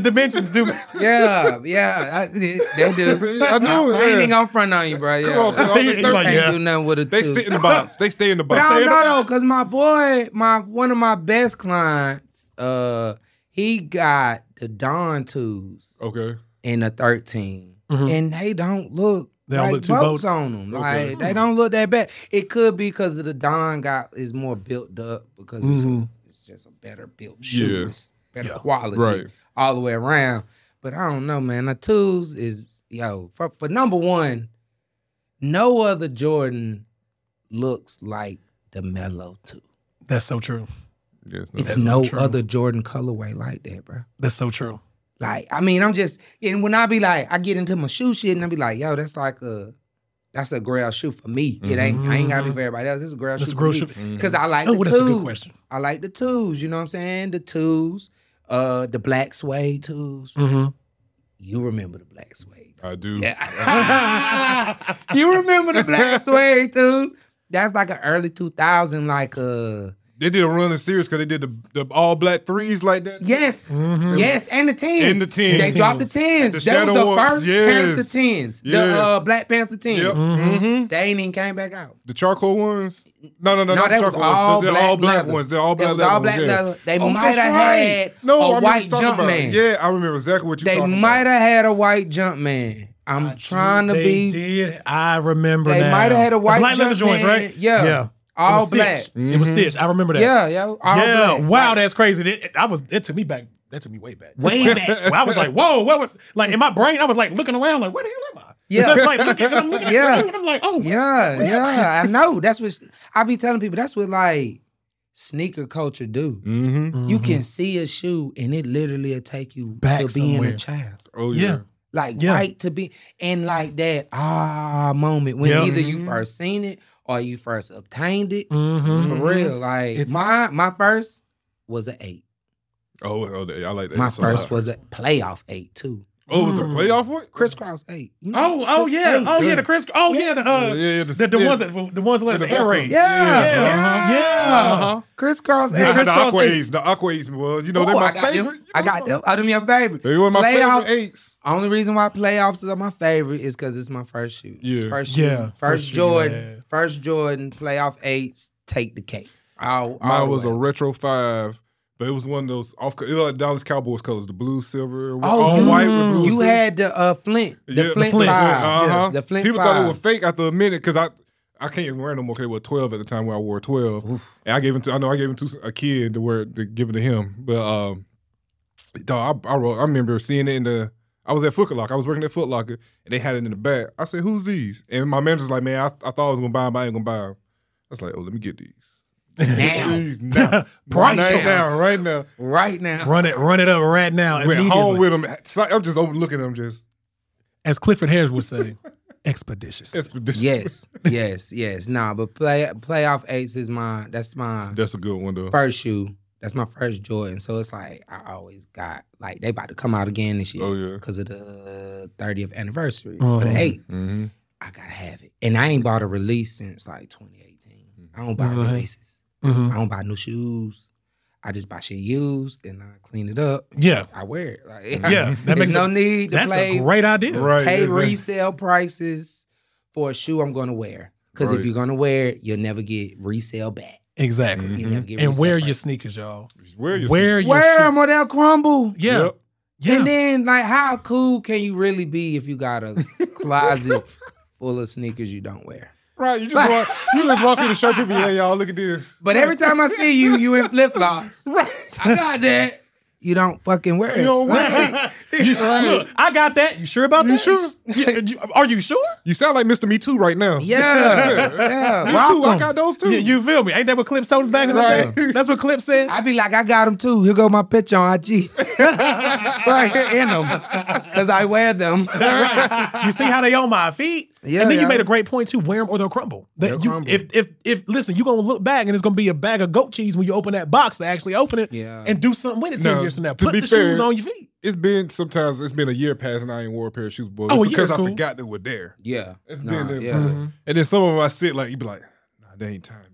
[SPEAKER 4] dimensions do matter.
[SPEAKER 3] Yeah, yeah. I, they they did.
[SPEAKER 2] I knew it,
[SPEAKER 3] I ain't
[SPEAKER 2] yeah.
[SPEAKER 3] even gonna front on you, bro. Yeah.
[SPEAKER 2] Come on, come on,
[SPEAKER 4] He-
[SPEAKER 2] they
[SPEAKER 4] he like,
[SPEAKER 3] Can't
[SPEAKER 2] 13.
[SPEAKER 4] yeah.
[SPEAKER 3] do nothing with a
[SPEAKER 2] They
[SPEAKER 3] two.
[SPEAKER 2] sit in the box. They stay in the box.
[SPEAKER 3] But I
[SPEAKER 2] They
[SPEAKER 3] don't
[SPEAKER 2] in
[SPEAKER 3] know
[SPEAKER 2] the
[SPEAKER 3] though,
[SPEAKER 2] box.
[SPEAKER 3] cause my boy, my one of my best clients, uh, he got the Don twos
[SPEAKER 2] Okay.
[SPEAKER 3] and the 13
[SPEAKER 4] Mhm.
[SPEAKER 3] and they don't look.
[SPEAKER 4] They don't
[SPEAKER 3] like
[SPEAKER 4] look too
[SPEAKER 3] boats
[SPEAKER 4] bold.
[SPEAKER 3] on them.
[SPEAKER 2] Okay.
[SPEAKER 3] Like they don't look that bad. It could be because the Don got is more built up because it's,
[SPEAKER 4] Mhm.
[SPEAKER 3] it's just a better built shoe,
[SPEAKER 2] Yeah.
[SPEAKER 3] It's better
[SPEAKER 4] Yeah.
[SPEAKER 3] quality,
[SPEAKER 2] Right.
[SPEAKER 3] all the way around. But I don't know, man. The twos is yo for, for number one. No other Jordan looks like the Mellow Two.
[SPEAKER 4] That's so true.
[SPEAKER 2] Yes, no.
[SPEAKER 3] It's
[SPEAKER 4] That's
[SPEAKER 3] no
[SPEAKER 4] true.
[SPEAKER 3] other Jordan colorway like that, bro.
[SPEAKER 4] That's so true.
[SPEAKER 3] Like, I mean, I'm just and when I be like, I get into my shoe shit and I be like, yo, that's like a that's a grail shoe for me. It ain't I ain't gotta be for everybody else. It's a grail
[SPEAKER 4] Mm-hmm. That's
[SPEAKER 3] shoe.
[SPEAKER 4] a grail
[SPEAKER 3] for me.
[SPEAKER 4] shoe.
[SPEAKER 2] Mm-hmm.
[SPEAKER 3] Cause I like
[SPEAKER 4] Oh,
[SPEAKER 3] the
[SPEAKER 4] well, that's a good
[SPEAKER 3] twos.
[SPEAKER 4] question.
[SPEAKER 3] I like the twos, you know what I'm saying? The twos, uh the black suede twos.
[SPEAKER 4] Mm-hmm.
[SPEAKER 3] You remember the black suede.
[SPEAKER 2] I do.
[SPEAKER 3] Yeah. you remember the black suede twos? That's like an early 2000, like uh
[SPEAKER 2] They did a run in series because they did the, the all black threes like that.
[SPEAKER 3] Yes, yes, and the tens.
[SPEAKER 2] Mm-hmm. And the tens.
[SPEAKER 3] They dropped the tens.
[SPEAKER 2] The
[SPEAKER 3] that was the
[SPEAKER 2] Shadow War-
[SPEAKER 3] first Panther
[SPEAKER 2] yes.
[SPEAKER 3] tens. The
[SPEAKER 2] Yes.
[SPEAKER 3] uh, Black Panther tens.
[SPEAKER 2] Yep. hmm
[SPEAKER 3] They ain't even came back out.
[SPEAKER 2] The charcoal ones? No, no, no,
[SPEAKER 3] Mm-hmm. No,
[SPEAKER 2] not
[SPEAKER 3] that
[SPEAKER 2] the
[SPEAKER 3] was
[SPEAKER 2] charcoal ones.
[SPEAKER 3] all
[SPEAKER 2] They're,
[SPEAKER 3] black
[SPEAKER 2] all black
[SPEAKER 3] leather.
[SPEAKER 2] ones. They're all
[SPEAKER 3] That
[SPEAKER 2] black
[SPEAKER 3] was all
[SPEAKER 2] leather
[SPEAKER 3] black
[SPEAKER 2] ones, yeah.
[SPEAKER 3] leather. They
[SPEAKER 2] Oh,
[SPEAKER 3] might
[SPEAKER 2] that's
[SPEAKER 3] have
[SPEAKER 2] right.
[SPEAKER 3] had
[SPEAKER 2] no,
[SPEAKER 3] a
[SPEAKER 2] I remember
[SPEAKER 3] white
[SPEAKER 2] you talking about.
[SPEAKER 3] Jumpman.
[SPEAKER 2] Yeah, I remember exactly what you
[SPEAKER 3] They
[SPEAKER 2] talking
[SPEAKER 3] might
[SPEAKER 2] about.
[SPEAKER 3] have had a white jump man. I'm trying to
[SPEAKER 4] they
[SPEAKER 3] be.
[SPEAKER 4] Did I remember?
[SPEAKER 3] They
[SPEAKER 4] now.
[SPEAKER 3] might have had a white
[SPEAKER 4] the black leather
[SPEAKER 3] Jumpman.
[SPEAKER 4] joints, right?
[SPEAKER 3] Yeah.
[SPEAKER 4] yeah. It
[SPEAKER 3] All
[SPEAKER 4] was
[SPEAKER 3] black. Mm-hmm.
[SPEAKER 4] Stitch. It was Stitch. I remember that.
[SPEAKER 3] Yeah, yeah. All
[SPEAKER 4] yeah.
[SPEAKER 3] black.
[SPEAKER 4] Wow,
[SPEAKER 3] Like,
[SPEAKER 4] that's crazy. It, it- I was. It took me back. That took me way back.
[SPEAKER 3] Way back.
[SPEAKER 4] Well, I was like, whoa, what was like in my brain? I was like looking around, like, where the hell am I?
[SPEAKER 3] Yeah.
[SPEAKER 4] like looking, and I'm looking at
[SPEAKER 3] Yeah.
[SPEAKER 4] you, and I'm like, oh,
[SPEAKER 3] Yeah, yeah. I know. That's what I be telling people. That's what like sneaker culture do.
[SPEAKER 2] Mm-hmm.
[SPEAKER 3] You can see a shoe and it literally'll take you
[SPEAKER 4] Back
[SPEAKER 3] to being
[SPEAKER 4] somewhere.
[SPEAKER 3] a child.
[SPEAKER 2] Oh, yeah.
[SPEAKER 4] yeah,
[SPEAKER 3] Like
[SPEAKER 4] Yeah.
[SPEAKER 3] right to be and like that ah moment when
[SPEAKER 4] Yeah.
[SPEAKER 3] either you
[SPEAKER 2] Mm-hmm.
[SPEAKER 3] first seen it or you first obtained it.
[SPEAKER 4] mm-hmm.
[SPEAKER 3] For real. Like
[SPEAKER 4] It's-
[SPEAKER 3] my my first was an eight.
[SPEAKER 2] Oh, oh, they- I like that.
[SPEAKER 3] My
[SPEAKER 2] That's a lot.
[SPEAKER 3] first was a playoff eight too.
[SPEAKER 2] Oh, it was the
[SPEAKER 4] Mm.
[SPEAKER 2] playoff one?
[SPEAKER 3] Crisscross eight. You
[SPEAKER 4] Oh, oh
[SPEAKER 3] Chris
[SPEAKER 4] yeah,
[SPEAKER 3] Brown.
[SPEAKER 4] oh yeah, the Chris. Oh yeah, the uh,
[SPEAKER 2] yeah,
[SPEAKER 4] the, the
[SPEAKER 2] yeah.
[SPEAKER 4] ones that the ones that let
[SPEAKER 2] The
[SPEAKER 4] the air raid.
[SPEAKER 2] background.
[SPEAKER 3] Yeah.
[SPEAKER 4] yeah,
[SPEAKER 3] Yeah.
[SPEAKER 4] yeah. Uh-huh.
[SPEAKER 3] Crisscross
[SPEAKER 2] I
[SPEAKER 3] eight.
[SPEAKER 2] had
[SPEAKER 4] Chris
[SPEAKER 2] the
[SPEAKER 4] Cross
[SPEAKER 2] aqua
[SPEAKER 4] eight.
[SPEAKER 2] Ace. The aqua Ace, well, you know,
[SPEAKER 3] Oh,
[SPEAKER 2] they're my
[SPEAKER 3] I got
[SPEAKER 2] favorite.
[SPEAKER 3] them. I got them. I them your favorite.
[SPEAKER 2] They were my
[SPEAKER 3] Playoff
[SPEAKER 2] favorite eights.
[SPEAKER 3] Only reason why playoffs are my favorite is because it's my first shoe. It's
[SPEAKER 2] Yeah.
[SPEAKER 3] First shoe.
[SPEAKER 4] Yeah,
[SPEAKER 3] First,
[SPEAKER 4] first shoe,
[SPEAKER 3] Jordan.
[SPEAKER 4] yeah.
[SPEAKER 3] First Jordan. Playoff eights take the cake. All, all
[SPEAKER 2] Mine
[SPEAKER 3] the
[SPEAKER 2] was
[SPEAKER 3] way.
[SPEAKER 2] a retro five, but it was one of those off. It was like Dallas Cowboys colors, the blue silver,
[SPEAKER 3] Oh,
[SPEAKER 2] all
[SPEAKER 3] you-
[SPEAKER 2] white with blue.
[SPEAKER 3] You
[SPEAKER 2] silver.
[SPEAKER 3] had the uh, Flint. The
[SPEAKER 2] Yeah, the
[SPEAKER 3] Flint,
[SPEAKER 4] Flint,
[SPEAKER 3] five.
[SPEAKER 4] yeah,
[SPEAKER 2] uh-huh.
[SPEAKER 3] The Flint
[SPEAKER 2] People thought it was
[SPEAKER 3] five.
[SPEAKER 2] fake after a minute because I. I can't even wear no more because they were twelve at the time when I wore twelve, and I gave them to. I know I gave them to a kid to wear to give it to him, but um, dog, I, I, wrote, I remember seeing it in the. I was at Foot Locker. I was working at Foot Locker, and they had it in the back. I said, "Who's these?" And my manager's like, "Man, I, I thought I was gonna buy them. but I ain't gonna buy them." I was like, "Oh, let me get these. Get
[SPEAKER 3] Now.
[SPEAKER 2] these now,
[SPEAKER 3] Right
[SPEAKER 2] right
[SPEAKER 3] now.
[SPEAKER 2] now, right now."
[SPEAKER 3] Right now.
[SPEAKER 4] Run it, run it up right now.
[SPEAKER 2] went
[SPEAKER 4] Uh, immediately.
[SPEAKER 2] home with them. I'm just overlooking them just
[SPEAKER 4] as Clifford Harris would say, expeditious.
[SPEAKER 2] expedition.
[SPEAKER 3] Yes. Yes. Yes. Nah, but play playoff eights is my that's my
[SPEAKER 2] That's a good one though.
[SPEAKER 3] first shoe. That's my first Jordan. So it's like I always got like they about to come out again this year.
[SPEAKER 2] Oh, yeah.
[SPEAKER 3] Because of the 30th anniversary for
[SPEAKER 4] Mhm.
[SPEAKER 3] the eight.
[SPEAKER 2] Mm-hmm.
[SPEAKER 3] I gotta have it. And I ain't bought a release since like 2018.
[SPEAKER 2] Mm-hmm.
[SPEAKER 3] I don't buy
[SPEAKER 4] Right.
[SPEAKER 3] releases.
[SPEAKER 4] Mhm.
[SPEAKER 3] I don't buy new shoes. I just buy shit used and I clean it up.
[SPEAKER 4] Yeah,
[SPEAKER 3] I wear it. Like,
[SPEAKER 4] yeah, that
[SPEAKER 3] there's
[SPEAKER 4] makes
[SPEAKER 3] no
[SPEAKER 4] no.
[SPEAKER 3] need to
[SPEAKER 4] That's
[SPEAKER 3] play
[SPEAKER 4] a great idea.
[SPEAKER 2] Right.
[SPEAKER 3] pay
[SPEAKER 2] yeah, that's-
[SPEAKER 3] resale prices for a shoe I'm gonna wear. Because if
[SPEAKER 2] Right.
[SPEAKER 3] you're gonna wear it, you'll never get resale back.
[SPEAKER 4] Exactly.
[SPEAKER 3] You never get
[SPEAKER 4] Mm-hmm. And
[SPEAKER 3] resale
[SPEAKER 4] wear
[SPEAKER 3] price.
[SPEAKER 4] your sneakers, y'all.
[SPEAKER 2] Where you
[SPEAKER 4] Wear your
[SPEAKER 3] wear
[SPEAKER 4] shoe-
[SPEAKER 3] them or they'll crumble.
[SPEAKER 4] Yeah,
[SPEAKER 2] Yep.
[SPEAKER 4] yeah.
[SPEAKER 3] And then like how cool can you really be if you got a closet full of sneakers you don't wear?
[SPEAKER 2] right? You just walk, you just walk in and show people, yeah, y'all, look at this.
[SPEAKER 3] But every time I see you, you in flip flops. I got that. you don't fucking wear it.
[SPEAKER 2] You don't wear
[SPEAKER 3] Like,
[SPEAKER 4] You sure? Look, I got that. You sure about
[SPEAKER 2] You
[SPEAKER 4] that?
[SPEAKER 2] sure?
[SPEAKER 4] Yeah, you- are you sure?
[SPEAKER 2] You sound like Mr. Me Too right now.
[SPEAKER 3] yeah, yeah.
[SPEAKER 2] Me
[SPEAKER 3] rock
[SPEAKER 2] Too. I
[SPEAKER 3] 'em.
[SPEAKER 2] got those too.
[SPEAKER 4] Yeah, you feel me? Ain't that what Clips told us back in the
[SPEAKER 2] Right.
[SPEAKER 4] day? That's what Clips said.
[SPEAKER 3] I be like, I got them too. Here go my picture on IG. right here in them. Because I wear them.
[SPEAKER 4] right. You see how they on my feet?
[SPEAKER 3] Yeah,
[SPEAKER 4] And then
[SPEAKER 3] yeah.
[SPEAKER 4] you made a great point too. Wear them or they'll crumble. That
[SPEAKER 2] They'll
[SPEAKER 4] you,
[SPEAKER 2] crumble.
[SPEAKER 4] If if if listen, you're gonna look back and it's gonna be a bag of goat cheese when you open that box to actually open it
[SPEAKER 3] Yeah.
[SPEAKER 4] and do something with it ten
[SPEAKER 2] Now,
[SPEAKER 4] years from now.
[SPEAKER 2] to
[SPEAKER 4] Put
[SPEAKER 2] be
[SPEAKER 4] the shoes
[SPEAKER 2] fair-
[SPEAKER 4] on your feet.
[SPEAKER 2] It's been sometimes it's been a year past and I ain't wore a pair of shoes, boy.
[SPEAKER 4] Oh, a year's
[SPEAKER 2] because I
[SPEAKER 4] cool.
[SPEAKER 2] forgot they were there.
[SPEAKER 3] Yeah.
[SPEAKER 2] It's
[SPEAKER 3] Nah,
[SPEAKER 2] been there.
[SPEAKER 3] yeah.
[SPEAKER 4] Mm-hmm.
[SPEAKER 2] And then some of them I sit like you be like, nah, they ain't time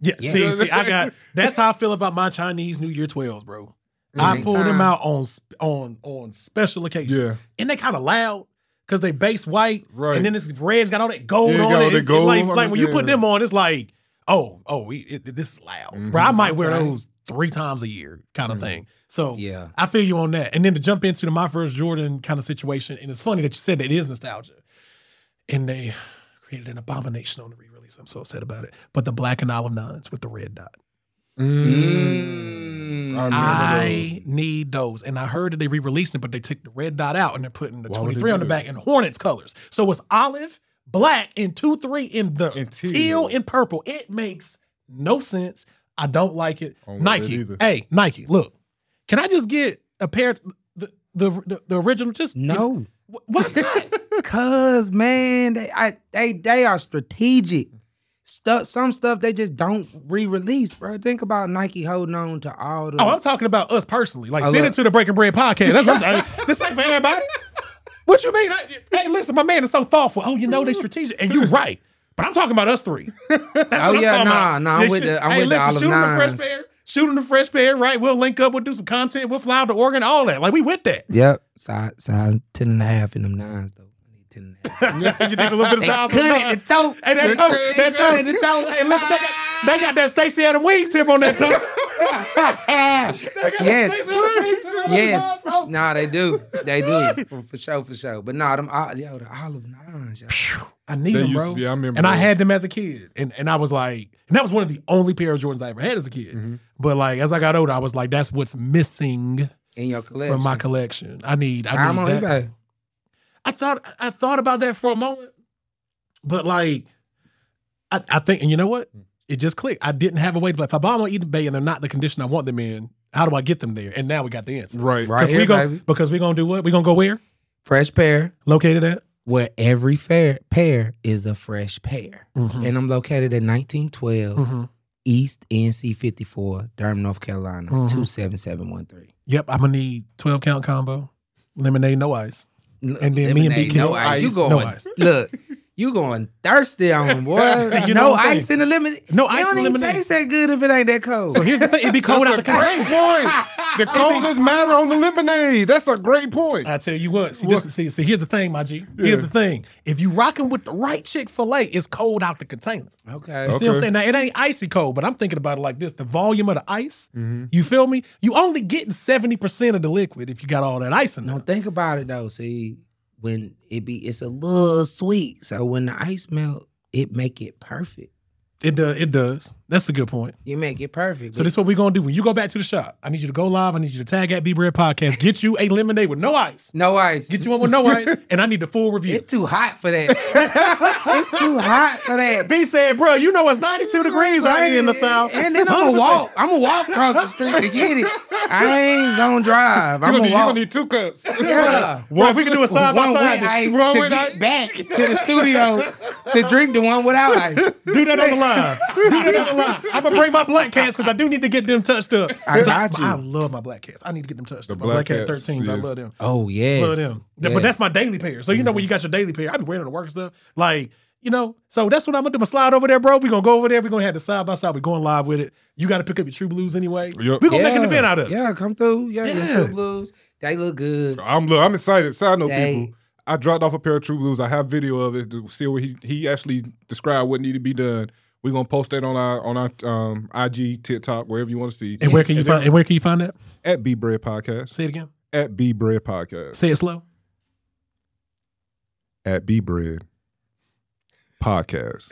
[SPEAKER 2] yet.
[SPEAKER 3] Yeah.
[SPEAKER 4] Yeah, see, see, I got that's how I feel about my Chinese New Year 12s, bro. I
[SPEAKER 3] Every
[SPEAKER 4] pull them
[SPEAKER 3] time.
[SPEAKER 4] out on sp- on on special occasions.
[SPEAKER 2] Yeah.
[SPEAKER 4] And they kind of loud because they base white.
[SPEAKER 2] Right.
[SPEAKER 4] And then this red's got all that gold
[SPEAKER 2] Yeah, it
[SPEAKER 4] on
[SPEAKER 2] got all
[SPEAKER 4] it.
[SPEAKER 2] that
[SPEAKER 4] It's- it's
[SPEAKER 2] gold
[SPEAKER 4] like,
[SPEAKER 2] on
[SPEAKER 4] like
[SPEAKER 2] it,
[SPEAKER 4] when you put
[SPEAKER 2] yeah.
[SPEAKER 4] them on, it's like, oh, oh, we, it, it- this is loud. Bro, I
[SPEAKER 2] Mhm,
[SPEAKER 4] might wear
[SPEAKER 3] okay. Mm-hmm.
[SPEAKER 4] those three times a year kind of thing. So
[SPEAKER 3] Yeah.
[SPEAKER 4] I feel you on that. And then to jump into the my first Jordan kind of situation, and it's funny that you said that it is nostalgia. And they created an abomination on the re-release. I'm so upset about it. But the black and olive nines with the red dot.
[SPEAKER 3] Mm.
[SPEAKER 2] I remember
[SPEAKER 4] I need those. And I heard that they re-released it, but they took the red dot out and they're putting the
[SPEAKER 2] Why would they
[SPEAKER 4] 23 on the
[SPEAKER 2] do
[SPEAKER 4] back
[SPEAKER 2] that?
[SPEAKER 4] in Hornets colors. So it's olive, black, and two, three in the
[SPEAKER 2] And teal.
[SPEAKER 4] teal. and purple. It makes no sense. I don't like it.
[SPEAKER 2] I don't like it
[SPEAKER 4] Nike.
[SPEAKER 2] either.
[SPEAKER 4] Hey, Nike, look. Can I just get a pair of the the, the, the original just
[SPEAKER 3] No.
[SPEAKER 4] Wh- What?
[SPEAKER 3] Cause man, they I, they they are strategic. Stuff some stuff they just don't re-release, bro. Think about Nike holding on to all the
[SPEAKER 4] oh, I'm talking about us personally. Like
[SPEAKER 3] I
[SPEAKER 4] send
[SPEAKER 3] love-
[SPEAKER 4] it to the Breaking Bread podcast. That's what I'm talking. this ain't for everybody. What you mean? I- hey, listen, my man is so thoughtful. Oh, you know they strategic, and you're right. But I'm talking about us three. That's what I'm
[SPEAKER 3] Oh, yeah,
[SPEAKER 4] talking
[SPEAKER 3] nah,
[SPEAKER 4] about.
[SPEAKER 3] nah, I'm
[SPEAKER 4] They
[SPEAKER 3] with
[SPEAKER 4] should-
[SPEAKER 3] the- I'm
[SPEAKER 4] hey,
[SPEAKER 3] with the
[SPEAKER 4] listen,
[SPEAKER 3] olive
[SPEAKER 4] shoot 'em the
[SPEAKER 3] nines.
[SPEAKER 4] fresh pair. Shoot 'em the fresh pair, right? We'll link up. We'll do some content. We'll fly out to Oregon. All that. Like we with that.
[SPEAKER 3] Yep. Size size ten and a half in them nines though. I need ten and a half.
[SPEAKER 4] you need a little bit of
[SPEAKER 3] They
[SPEAKER 4] size.
[SPEAKER 3] couldn't. It's so
[SPEAKER 4] Hey, that toe, that toe, Hey, listen, they got, they got that Stacy Adam Wings tip on that toe. They got that
[SPEAKER 3] yes.
[SPEAKER 4] Stacey Adam Wings tip on that
[SPEAKER 3] Yes.
[SPEAKER 4] toe.
[SPEAKER 3] Nah, they do. They do. For, for sure, for sure. But nah, them ol- yo, the olive nines, yo.
[SPEAKER 4] I need
[SPEAKER 2] They
[SPEAKER 4] them,
[SPEAKER 2] used
[SPEAKER 4] bro.
[SPEAKER 2] to be- I remember
[SPEAKER 4] and I
[SPEAKER 2] those.
[SPEAKER 4] had them as a kid, and and I was like, and that was one of the only pair of Jordans I ever had as a kid.
[SPEAKER 3] Mm-hmm.
[SPEAKER 4] But like as I got older, I was like, that's what's missing
[SPEAKER 3] in your collection.
[SPEAKER 4] from my collection. I need. I
[SPEAKER 3] I'm
[SPEAKER 4] need
[SPEAKER 3] on
[SPEAKER 4] that.
[SPEAKER 3] eBay.
[SPEAKER 4] I thought I thought about that for a moment, but like, I, I think, and you know what? It just clicked. I didn't have a way to. If I buy them on eBay and they're not the condition I want them in, how do I get them there? And now we got the answer.
[SPEAKER 2] Right.
[SPEAKER 3] Right
[SPEAKER 4] we
[SPEAKER 3] here,
[SPEAKER 4] gonna,
[SPEAKER 3] baby.
[SPEAKER 4] Because we're gonna do what? We're gonna go where?
[SPEAKER 3] Fresh pair.
[SPEAKER 4] Located at?
[SPEAKER 3] Where every fair, pair is a fresh pair.
[SPEAKER 4] Mhm.
[SPEAKER 3] And I'm located at 1912
[SPEAKER 4] Mhm.
[SPEAKER 3] East NC 54, Durham, North Carolina,
[SPEAKER 4] Mhm.
[SPEAKER 3] 27713.
[SPEAKER 4] Yep, I'm gonna need 12 count combo, lemonade, no ice. And then me and
[SPEAKER 3] Lemonade,
[SPEAKER 4] BK.
[SPEAKER 3] no ice. You
[SPEAKER 4] No
[SPEAKER 3] going,
[SPEAKER 4] ice.
[SPEAKER 3] look, you going thirsty on 'em, boy.
[SPEAKER 4] You know
[SPEAKER 3] no
[SPEAKER 4] what I'm
[SPEAKER 3] ice in the lemonade.
[SPEAKER 4] No
[SPEAKER 3] It
[SPEAKER 4] ice
[SPEAKER 3] don't
[SPEAKER 4] and
[SPEAKER 3] even
[SPEAKER 4] lemonade.
[SPEAKER 3] taste that good if it ain't that cold.
[SPEAKER 4] So here's the thing, it'd be cold
[SPEAKER 2] That's
[SPEAKER 4] out
[SPEAKER 2] a
[SPEAKER 4] the country.
[SPEAKER 2] great point. The coldness matter on the lemonade. That's a great point.
[SPEAKER 4] I tell you what, see this is see, see here's the thing, my G. Here's
[SPEAKER 2] Yeah.
[SPEAKER 4] the thing. If you rocking with the right Chick-fil-A, it's cold out the container.
[SPEAKER 3] okay.
[SPEAKER 4] You see what I'm
[SPEAKER 2] Okay.
[SPEAKER 4] saying? Now it ain't icy cold, but I'm thinking about it like this: the volume of the ice.
[SPEAKER 2] Mm-hmm.
[SPEAKER 4] You feel me? You only getting 70% of the liquid if you got all that ice in
[SPEAKER 3] No,
[SPEAKER 4] there.
[SPEAKER 3] think about it though. See, when it be, it's a little sweet. So when the ice melt, it make it perfect.
[SPEAKER 4] It does, it does. That's a good point.
[SPEAKER 3] You make it perfect.
[SPEAKER 4] So this is what we're gonna do. When you go back to the shop, I need you to go live. I need you to tag at B Bread Podcast. Get you a lemonade with no ice.
[SPEAKER 3] no ice.
[SPEAKER 4] Get you one with no ice, and I need the full review.
[SPEAKER 3] It's too hot for that. it's too hot for that.
[SPEAKER 4] B said, "Bro, you know it's 92 degrees out here in the south."
[SPEAKER 3] And then I'm gonna
[SPEAKER 4] 100%.
[SPEAKER 3] walk. I'm gonna walk across the street to get it. I ain't gonna drive. I'm
[SPEAKER 2] You're
[SPEAKER 3] gonna,
[SPEAKER 2] gonna, need, you
[SPEAKER 3] walk.
[SPEAKER 2] gonna need two cups.
[SPEAKER 3] yeah.
[SPEAKER 4] Bro, if we can do a side by
[SPEAKER 3] One with
[SPEAKER 4] side,
[SPEAKER 3] ice
[SPEAKER 2] One
[SPEAKER 3] to
[SPEAKER 2] with
[SPEAKER 3] get
[SPEAKER 2] ice.
[SPEAKER 3] back to the studio to drink the one without ice.
[SPEAKER 4] do that on the line. Do that on the line. I'm gonna bring my black cats because I do need to get them touched up.
[SPEAKER 3] I got you.
[SPEAKER 4] I love my black cats. I need to get them touched up. My black
[SPEAKER 2] black
[SPEAKER 4] cat
[SPEAKER 2] cats,
[SPEAKER 4] 13s. I
[SPEAKER 2] yes.
[SPEAKER 4] love them.
[SPEAKER 3] Oh yes.
[SPEAKER 4] Love them. Th- But that's my daily pair. So you know when you got your daily pair, I be wearing it to work and stuff. Like, you know, so that's what I'm gonna do. My slide over there, bro. We're gonna go over there. We're gonna have the side by side. We're going live with it. You gotta pick up your true blues anyway. We're
[SPEAKER 2] Yup.
[SPEAKER 4] gonna make an event out of it.
[SPEAKER 3] Yeah, come through. Yeah, your
[SPEAKER 4] Yeah.
[SPEAKER 3] True blues. They look good.
[SPEAKER 2] I'm look, I'm excited. Side note,
[SPEAKER 3] Dang.
[SPEAKER 2] people. I dropped off a pair of True Blues. I have video of it to see what he he actually described what needed to be done. We're gonna post that on our on our um, IG, TikTok, wherever you want to see.
[SPEAKER 4] And where can you find and where can you find that?
[SPEAKER 2] at B Bread Podcast?
[SPEAKER 4] Say it again.
[SPEAKER 2] At B Bread Podcast.
[SPEAKER 4] Say it slow.
[SPEAKER 2] At B Bread Podcast.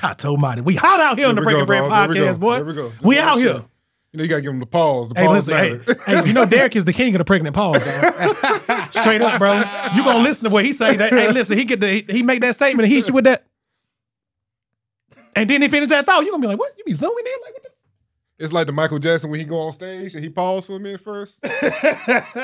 [SPEAKER 4] God almighty. We hot out here on the
[SPEAKER 2] There we
[SPEAKER 4] Breaking
[SPEAKER 2] go,
[SPEAKER 4] Bread
[SPEAKER 2] dog. There we go.
[SPEAKER 4] podcast, boy.
[SPEAKER 2] There we go. Just
[SPEAKER 4] We
[SPEAKER 2] wanna
[SPEAKER 4] out
[SPEAKER 2] make
[SPEAKER 4] here.
[SPEAKER 2] sure. You know, you gotta give them the pause. The
[SPEAKER 4] Hey,
[SPEAKER 2] pause
[SPEAKER 4] listen, hey,
[SPEAKER 2] matter.
[SPEAKER 4] hey, you know Derek is the king of the pregnant pause, dog. Straight up, bro. You gonna listen to what he say? That hey, listen, he get the he, he make that statement and he hit you with that, and then he finish that thought. You gonna be like, what? You be zooming in like what? The?
[SPEAKER 2] It's like the Michael Jackson when he go on stage and he paused for a minute first.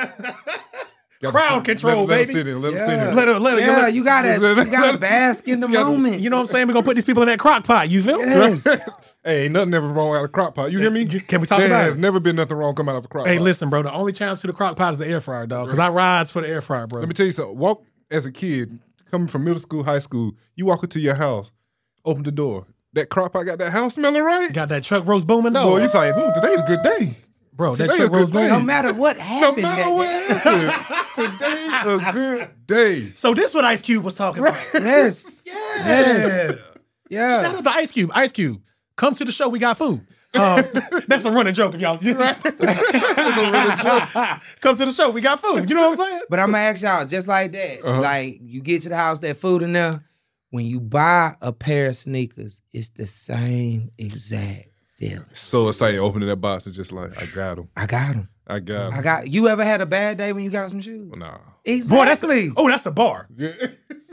[SPEAKER 2] Gotta
[SPEAKER 4] Crowd
[SPEAKER 2] sit- let-
[SPEAKER 4] control,
[SPEAKER 2] let him
[SPEAKER 4] baby.
[SPEAKER 2] sit in, let him sit in.
[SPEAKER 4] Let her, let her,
[SPEAKER 3] Yeah, you gotta you gotta bask in the moment.
[SPEAKER 4] you know what I'm saying? We are gonna put these people in that crock pot. You feel?
[SPEAKER 3] Yes.
[SPEAKER 2] Hey, ain't nothing ever wrong out of crock pot. You hear me?
[SPEAKER 4] Can we talk
[SPEAKER 2] there
[SPEAKER 4] about
[SPEAKER 2] has
[SPEAKER 4] it?
[SPEAKER 2] never been nothing wrong come out of a crock
[SPEAKER 4] Hey,
[SPEAKER 2] pot.
[SPEAKER 4] listen, bro. The only challenge to the crock pot is the air fryer, dog. Because I rides for the air fryer, bro.
[SPEAKER 2] Let me tell you something. Walk as a kid, coming from middle school, high school, you walk into your house, open the door. That crop I got that house smelling right.
[SPEAKER 4] Got that truck roast booming though,
[SPEAKER 2] Boy, you like, ooh, today's a good day.
[SPEAKER 4] bro. That
[SPEAKER 2] today a
[SPEAKER 4] truck
[SPEAKER 2] good
[SPEAKER 4] roast booming.
[SPEAKER 2] thing.
[SPEAKER 3] no matter what
[SPEAKER 2] No
[SPEAKER 3] happened.
[SPEAKER 2] matter
[SPEAKER 3] that
[SPEAKER 2] what
[SPEAKER 3] day.
[SPEAKER 2] happens, today's a good day.
[SPEAKER 4] So this what Ice Cube was talking about.
[SPEAKER 3] Yes. Yes. Yeah.
[SPEAKER 4] Shout out to Ice Cube. Ice Cube, come to the show. We got food. Um, that's a running joke, if y'all. that's a running joke. Come to the show. We got food. You know what I'm saying?
[SPEAKER 3] But I'm gonna ask y'all just like that.
[SPEAKER 2] Uh-huh.
[SPEAKER 3] Like you get to the house, that food in there. When you buy a pair of sneakers, it's the same exact feeling.
[SPEAKER 2] So excited opening that box and just like, I got him.
[SPEAKER 3] I got them.
[SPEAKER 2] I got
[SPEAKER 3] I
[SPEAKER 2] him.
[SPEAKER 3] got. You ever had a bad day when you got some shoes?
[SPEAKER 2] Nah.
[SPEAKER 3] Exactly.
[SPEAKER 4] Boy, that's a, oh, that's a bar.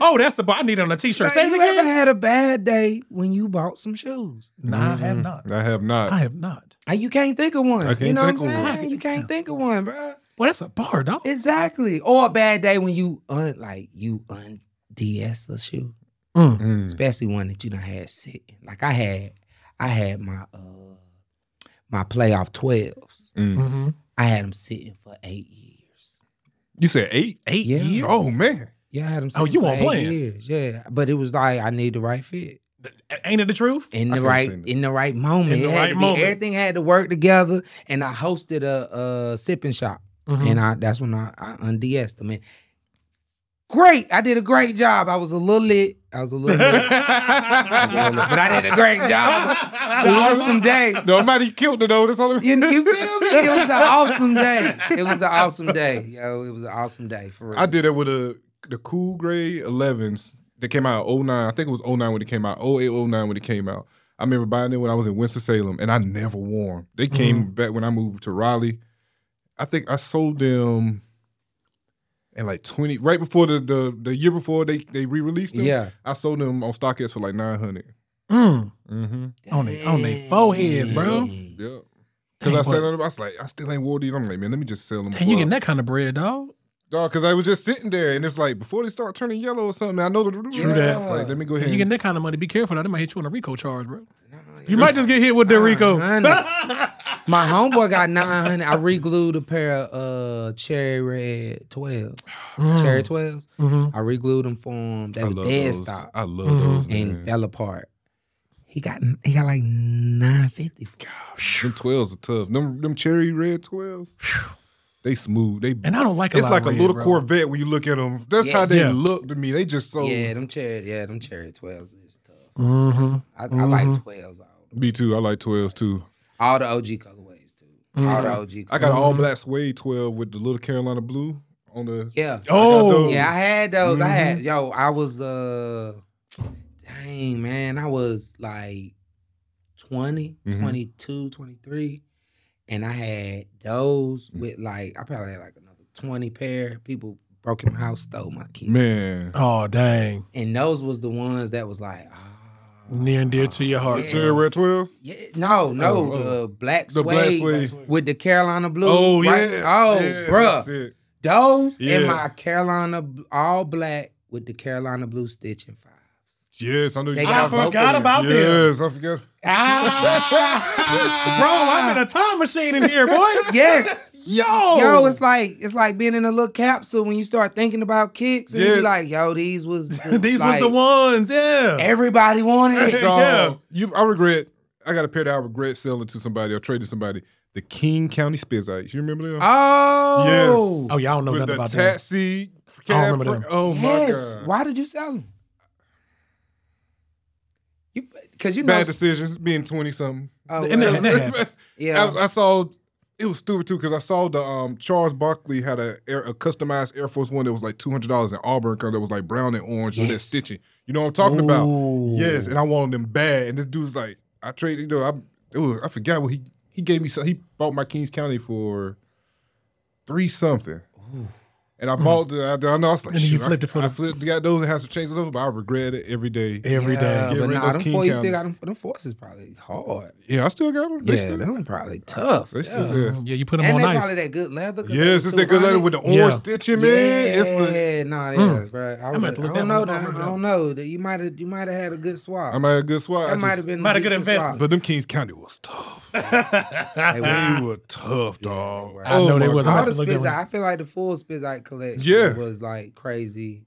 [SPEAKER 4] Oh, that's a bar. I need it on a t-shirt.
[SPEAKER 3] Like,
[SPEAKER 4] Oh, Say it
[SPEAKER 3] you
[SPEAKER 4] again.
[SPEAKER 3] ever had a bad day when you bought some shoes?
[SPEAKER 4] nah, I have not.
[SPEAKER 2] I have not.
[SPEAKER 4] I have not.
[SPEAKER 3] Like, you can't think of one.
[SPEAKER 2] I can't
[SPEAKER 3] you know
[SPEAKER 2] think
[SPEAKER 3] what
[SPEAKER 2] of
[SPEAKER 3] I'm
[SPEAKER 2] one.
[SPEAKER 3] saying? You can't think of one, bro.
[SPEAKER 4] Well, that's a bar, dog.
[SPEAKER 3] Exactly. Or a bad day when you un like you un DS a shoe.
[SPEAKER 2] Mm.
[SPEAKER 3] especially one that you done had sitting. Like I had, I had my uh my playoff twelves.
[SPEAKER 2] Mm.
[SPEAKER 4] Mm-hmm.
[SPEAKER 3] I had them sitting for eight years.
[SPEAKER 2] You said eight?
[SPEAKER 4] Eight
[SPEAKER 3] Yeah.
[SPEAKER 4] years.
[SPEAKER 2] Oh, man.
[SPEAKER 3] Yeah, I had them.
[SPEAKER 4] Oh,
[SPEAKER 3] Sitting
[SPEAKER 4] you
[SPEAKER 3] for
[SPEAKER 4] weren't
[SPEAKER 3] eight
[SPEAKER 4] playing.
[SPEAKER 3] Years. Yeah, but it was like I need the right fit
[SPEAKER 4] ain't it the truth?
[SPEAKER 3] in
[SPEAKER 2] I
[SPEAKER 3] the
[SPEAKER 2] could've
[SPEAKER 3] right
[SPEAKER 2] seen it.
[SPEAKER 3] in the right moment.
[SPEAKER 4] In the
[SPEAKER 3] It had
[SPEAKER 4] right
[SPEAKER 3] to be-
[SPEAKER 4] moment.
[SPEAKER 3] everything had to work together. And I hosted a, a sipping shop,
[SPEAKER 4] Mhm.
[SPEAKER 3] and I that's when I, I unds them. And great, I did a great job. I was a little lit. I was a little lit. I was a little lit, but I did a great job. It was an awesome day.
[SPEAKER 2] Nobody killed it, though. That's all.
[SPEAKER 3] You, you feel me? It was an awesome day. It was an awesome day, yo. It was an awesome day for real.
[SPEAKER 2] I did it with a the cool gray 11s that came out in 09. I think it was 09 when it came out, 08, 09 when it came out. I remember buying it when I was in Winston-Salem and I never wore them. They came back when I moved to Raleigh. I think I sold them in like 20, right before the the, the year before they, they re released them.
[SPEAKER 3] Yeah.
[SPEAKER 2] I sold them on StockX for like 900.
[SPEAKER 4] Mm.
[SPEAKER 2] Mm-hmm.
[SPEAKER 4] On they on they foreheads, bro.
[SPEAKER 2] Yeah. Because I
[SPEAKER 4] Dang,
[SPEAKER 2] said,
[SPEAKER 4] but-
[SPEAKER 2] I was like, I still ain't wore these. I'm like, man, let me just sell them.
[SPEAKER 4] And you
[SPEAKER 2] for-
[SPEAKER 4] getting that kind of bread, dog?
[SPEAKER 2] Dog, because I was just sitting there, and it's like before they start turning yellow or something. I know the
[SPEAKER 3] True
[SPEAKER 4] that.
[SPEAKER 2] Like, let me go
[SPEAKER 4] If
[SPEAKER 2] ahead.
[SPEAKER 4] you
[SPEAKER 2] and-
[SPEAKER 4] getting that kind of money, be careful. though. They might hit you on a Rico charge, bro. You
[SPEAKER 3] You
[SPEAKER 4] might just get hit with the Rico.
[SPEAKER 3] My homeboy got 900. I re-glued a pair of uh, cherry red 12s. Cherry 12s.
[SPEAKER 4] Mhm.
[SPEAKER 3] I re-glued them for him. They
[SPEAKER 2] I
[SPEAKER 3] was
[SPEAKER 2] love
[SPEAKER 3] dead
[SPEAKER 2] those.
[SPEAKER 3] stock
[SPEAKER 2] I love
[SPEAKER 4] Mhm.
[SPEAKER 2] those.
[SPEAKER 3] and
[SPEAKER 2] man.
[SPEAKER 3] fell apart. He got he got like 950. for it.
[SPEAKER 2] them twelves are tough. Them them cherry red twelves. They smooth. They
[SPEAKER 4] And I don't like a
[SPEAKER 2] it's
[SPEAKER 4] lot
[SPEAKER 2] like
[SPEAKER 4] of
[SPEAKER 2] a
[SPEAKER 4] red,
[SPEAKER 2] little
[SPEAKER 4] bro.
[SPEAKER 2] Corvette when you look at them. That's how
[SPEAKER 3] Yes.
[SPEAKER 2] they
[SPEAKER 4] Yeah.
[SPEAKER 2] look to me. They just so.
[SPEAKER 3] Yeah, them cherry, yeah, them cherry 12s is tough.
[SPEAKER 4] Mm-hmm.
[SPEAKER 3] I, I like 12s all
[SPEAKER 2] Me too. I like twelves too.
[SPEAKER 3] All the OG colorways too. All the OG. Colorways.
[SPEAKER 2] I got an all black suede twelve with the little Carolina blue on the.
[SPEAKER 3] yeah.
[SPEAKER 4] Oh,
[SPEAKER 2] those.
[SPEAKER 3] Yeah, I had those. I
[SPEAKER 2] Mm-hmm.
[SPEAKER 3] had yo. I was uh, dang man, I was like 20,
[SPEAKER 2] Mhm.
[SPEAKER 3] 22, 23. and I had
[SPEAKER 2] Mm.
[SPEAKER 3] those with like I probably had like another twenty pair. People broke in my house, stole my keys.
[SPEAKER 2] Man,
[SPEAKER 4] oh, dang.
[SPEAKER 3] and those was the ones that was like. ah,
[SPEAKER 4] Near and dear to your heart.
[SPEAKER 3] Yes.
[SPEAKER 2] cherry red twelve.
[SPEAKER 3] Yeah, no, no,
[SPEAKER 2] Oh, oh.
[SPEAKER 3] the black
[SPEAKER 2] The
[SPEAKER 3] suede,
[SPEAKER 2] black suede.
[SPEAKER 3] with the Carolina blue.
[SPEAKER 2] Oh yeah.
[SPEAKER 3] right? oh,
[SPEAKER 2] yeah,
[SPEAKER 3] bruh.
[SPEAKER 2] that's it.
[SPEAKER 3] Those
[SPEAKER 2] Yeah.
[SPEAKER 3] and my Carolina bl- all black with the Carolina blue stitching fives.
[SPEAKER 2] Yes, I knew.
[SPEAKER 3] They
[SPEAKER 2] you
[SPEAKER 3] got-
[SPEAKER 2] talking
[SPEAKER 4] I forgot about them.
[SPEAKER 2] Yes, I forgot.
[SPEAKER 4] Ah. Bro, I'm in a time machine in here, boy.
[SPEAKER 3] yes.
[SPEAKER 4] Yo.
[SPEAKER 2] Oh.
[SPEAKER 3] Yo, it's like it's like being in a little capsule when you start thinking about kicks and you
[SPEAKER 2] Yeah.
[SPEAKER 3] be like, yo, these was the-
[SPEAKER 4] These
[SPEAKER 3] like,
[SPEAKER 4] was the ones, yeah.
[SPEAKER 3] everybody wanted. it.
[SPEAKER 4] Yeah.
[SPEAKER 2] Dog, you, I regret. I got a pair that I regret selling to somebody or trading to somebody. The King County Spizzites. You remember them?
[SPEAKER 3] Oh.
[SPEAKER 4] Oh, y'all don't know
[SPEAKER 2] With
[SPEAKER 4] nothing
[SPEAKER 2] the
[SPEAKER 4] about that.
[SPEAKER 2] taxi.
[SPEAKER 4] I don't remember
[SPEAKER 2] cab-
[SPEAKER 4] them.
[SPEAKER 2] Oh
[SPEAKER 3] yes.
[SPEAKER 2] my god.
[SPEAKER 3] Why did you sell them? You cause you know
[SPEAKER 2] Bad decisions. Being twenty something.
[SPEAKER 3] oh,
[SPEAKER 4] And
[SPEAKER 3] well,
[SPEAKER 4] that- and that happens.
[SPEAKER 3] yeah.
[SPEAKER 2] I, I saw. It was stupid too because I saw the um, Charles Barkley had a, air, a customized Air Force One that was like two hundred dollars in Auburn color that was like brown and orange with that
[SPEAKER 3] Yes.
[SPEAKER 2] stitching. You know what I'm talking about?
[SPEAKER 3] Ooh.
[SPEAKER 2] Yes, and I wanted them bad. And this dude's like, I traded. You know, I it was, I forgot what he he gave me so he bought my Kings County for three something. And I bought the I, I know I was like,
[SPEAKER 4] And then you
[SPEAKER 2] "Shoot, I-
[SPEAKER 4] flipped it for
[SPEAKER 2] I
[SPEAKER 4] the-
[SPEAKER 2] flipped got those and had to change it over, but I regret it every day.
[SPEAKER 4] every day.
[SPEAKER 3] Yeah,
[SPEAKER 2] Get
[SPEAKER 3] but
[SPEAKER 2] rid of
[SPEAKER 3] nah,
[SPEAKER 2] those
[SPEAKER 3] them
[SPEAKER 2] king
[SPEAKER 3] four, you still
[SPEAKER 2] counters.
[SPEAKER 3] got them. Them fours is probably hard.
[SPEAKER 2] Yeah, I still got them. They
[SPEAKER 3] yeah,
[SPEAKER 2] still-
[SPEAKER 3] them probably tough.
[SPEAKER 2] they
[SPEAKER 3] Yeah.
[SPEAKER 2] still there.
[SPEAKER 4] Yeah, you put them
[SPEAKER 3] Mm-hmm. And
[SPEAKER 4] on
[SPEAKER 3] they
[SPEAKER 4] ice.
[SPEAKER 3] probably that good leather. 'cause
[SPEAKER 2] Yes,
[SPEAKER 3] they
[SPEAKER 2] it's that good letter
[SPEAKER 3] leather
[SPEAKER 2] with the orange
[SPEAKER 4] Yeah.
[SPEAKER 2] stitching, man.
[SPEAKER 3] Yeah,
[SPEAKER 2] It's the,
[SPEAKER 3] nah, yeah, bro. I,
[SPEAKER 4] Hmm. gonna have to
[SPEAKER 3] would-
[SPEAKER 4] look
[SPEAKER 3] I
[SPEAKER 4] that
[SPEAKER 3] don't know.
[SPEAKER 4] one up.
[SPEAKER 3] Now. I don't know. That you might have, you might have had a good swap.
[SPEAKER 2] I'm at a good spot. I
[SPEAKER 3] that might have
[SPEAKER 2] just-
[SPEAKER 3] been
[SPEAKER 4] Might have good
[SPEAKER 3] decent swap.
[SPEAKER 4] investment.
[SPEAKER 2] But them Kings County was tough.
[SPEAKER 3] They were-
[SPEAKER 2] they were tough, dog.
[SPEAKER 3] were.
[SPEAKER 2] Oh
[SPEAKER 3] I
[SPEAKER 4] know they
[SPEAKER 2] my
[SPEAKER 4] was.
[SPEAKER 2] God.
[SPEAKER 4] I'm
[SPEAKER 3] all the
[SPEAKER 4] gonna have to look that
[SPEAKER 3] Spizzite,
[SPEAKER 4] one
[SPEAKER 3] I feel like the full Spizzite collection
[SPEAKER 2] Yeah.
[SPEAKER 3] was like crazy,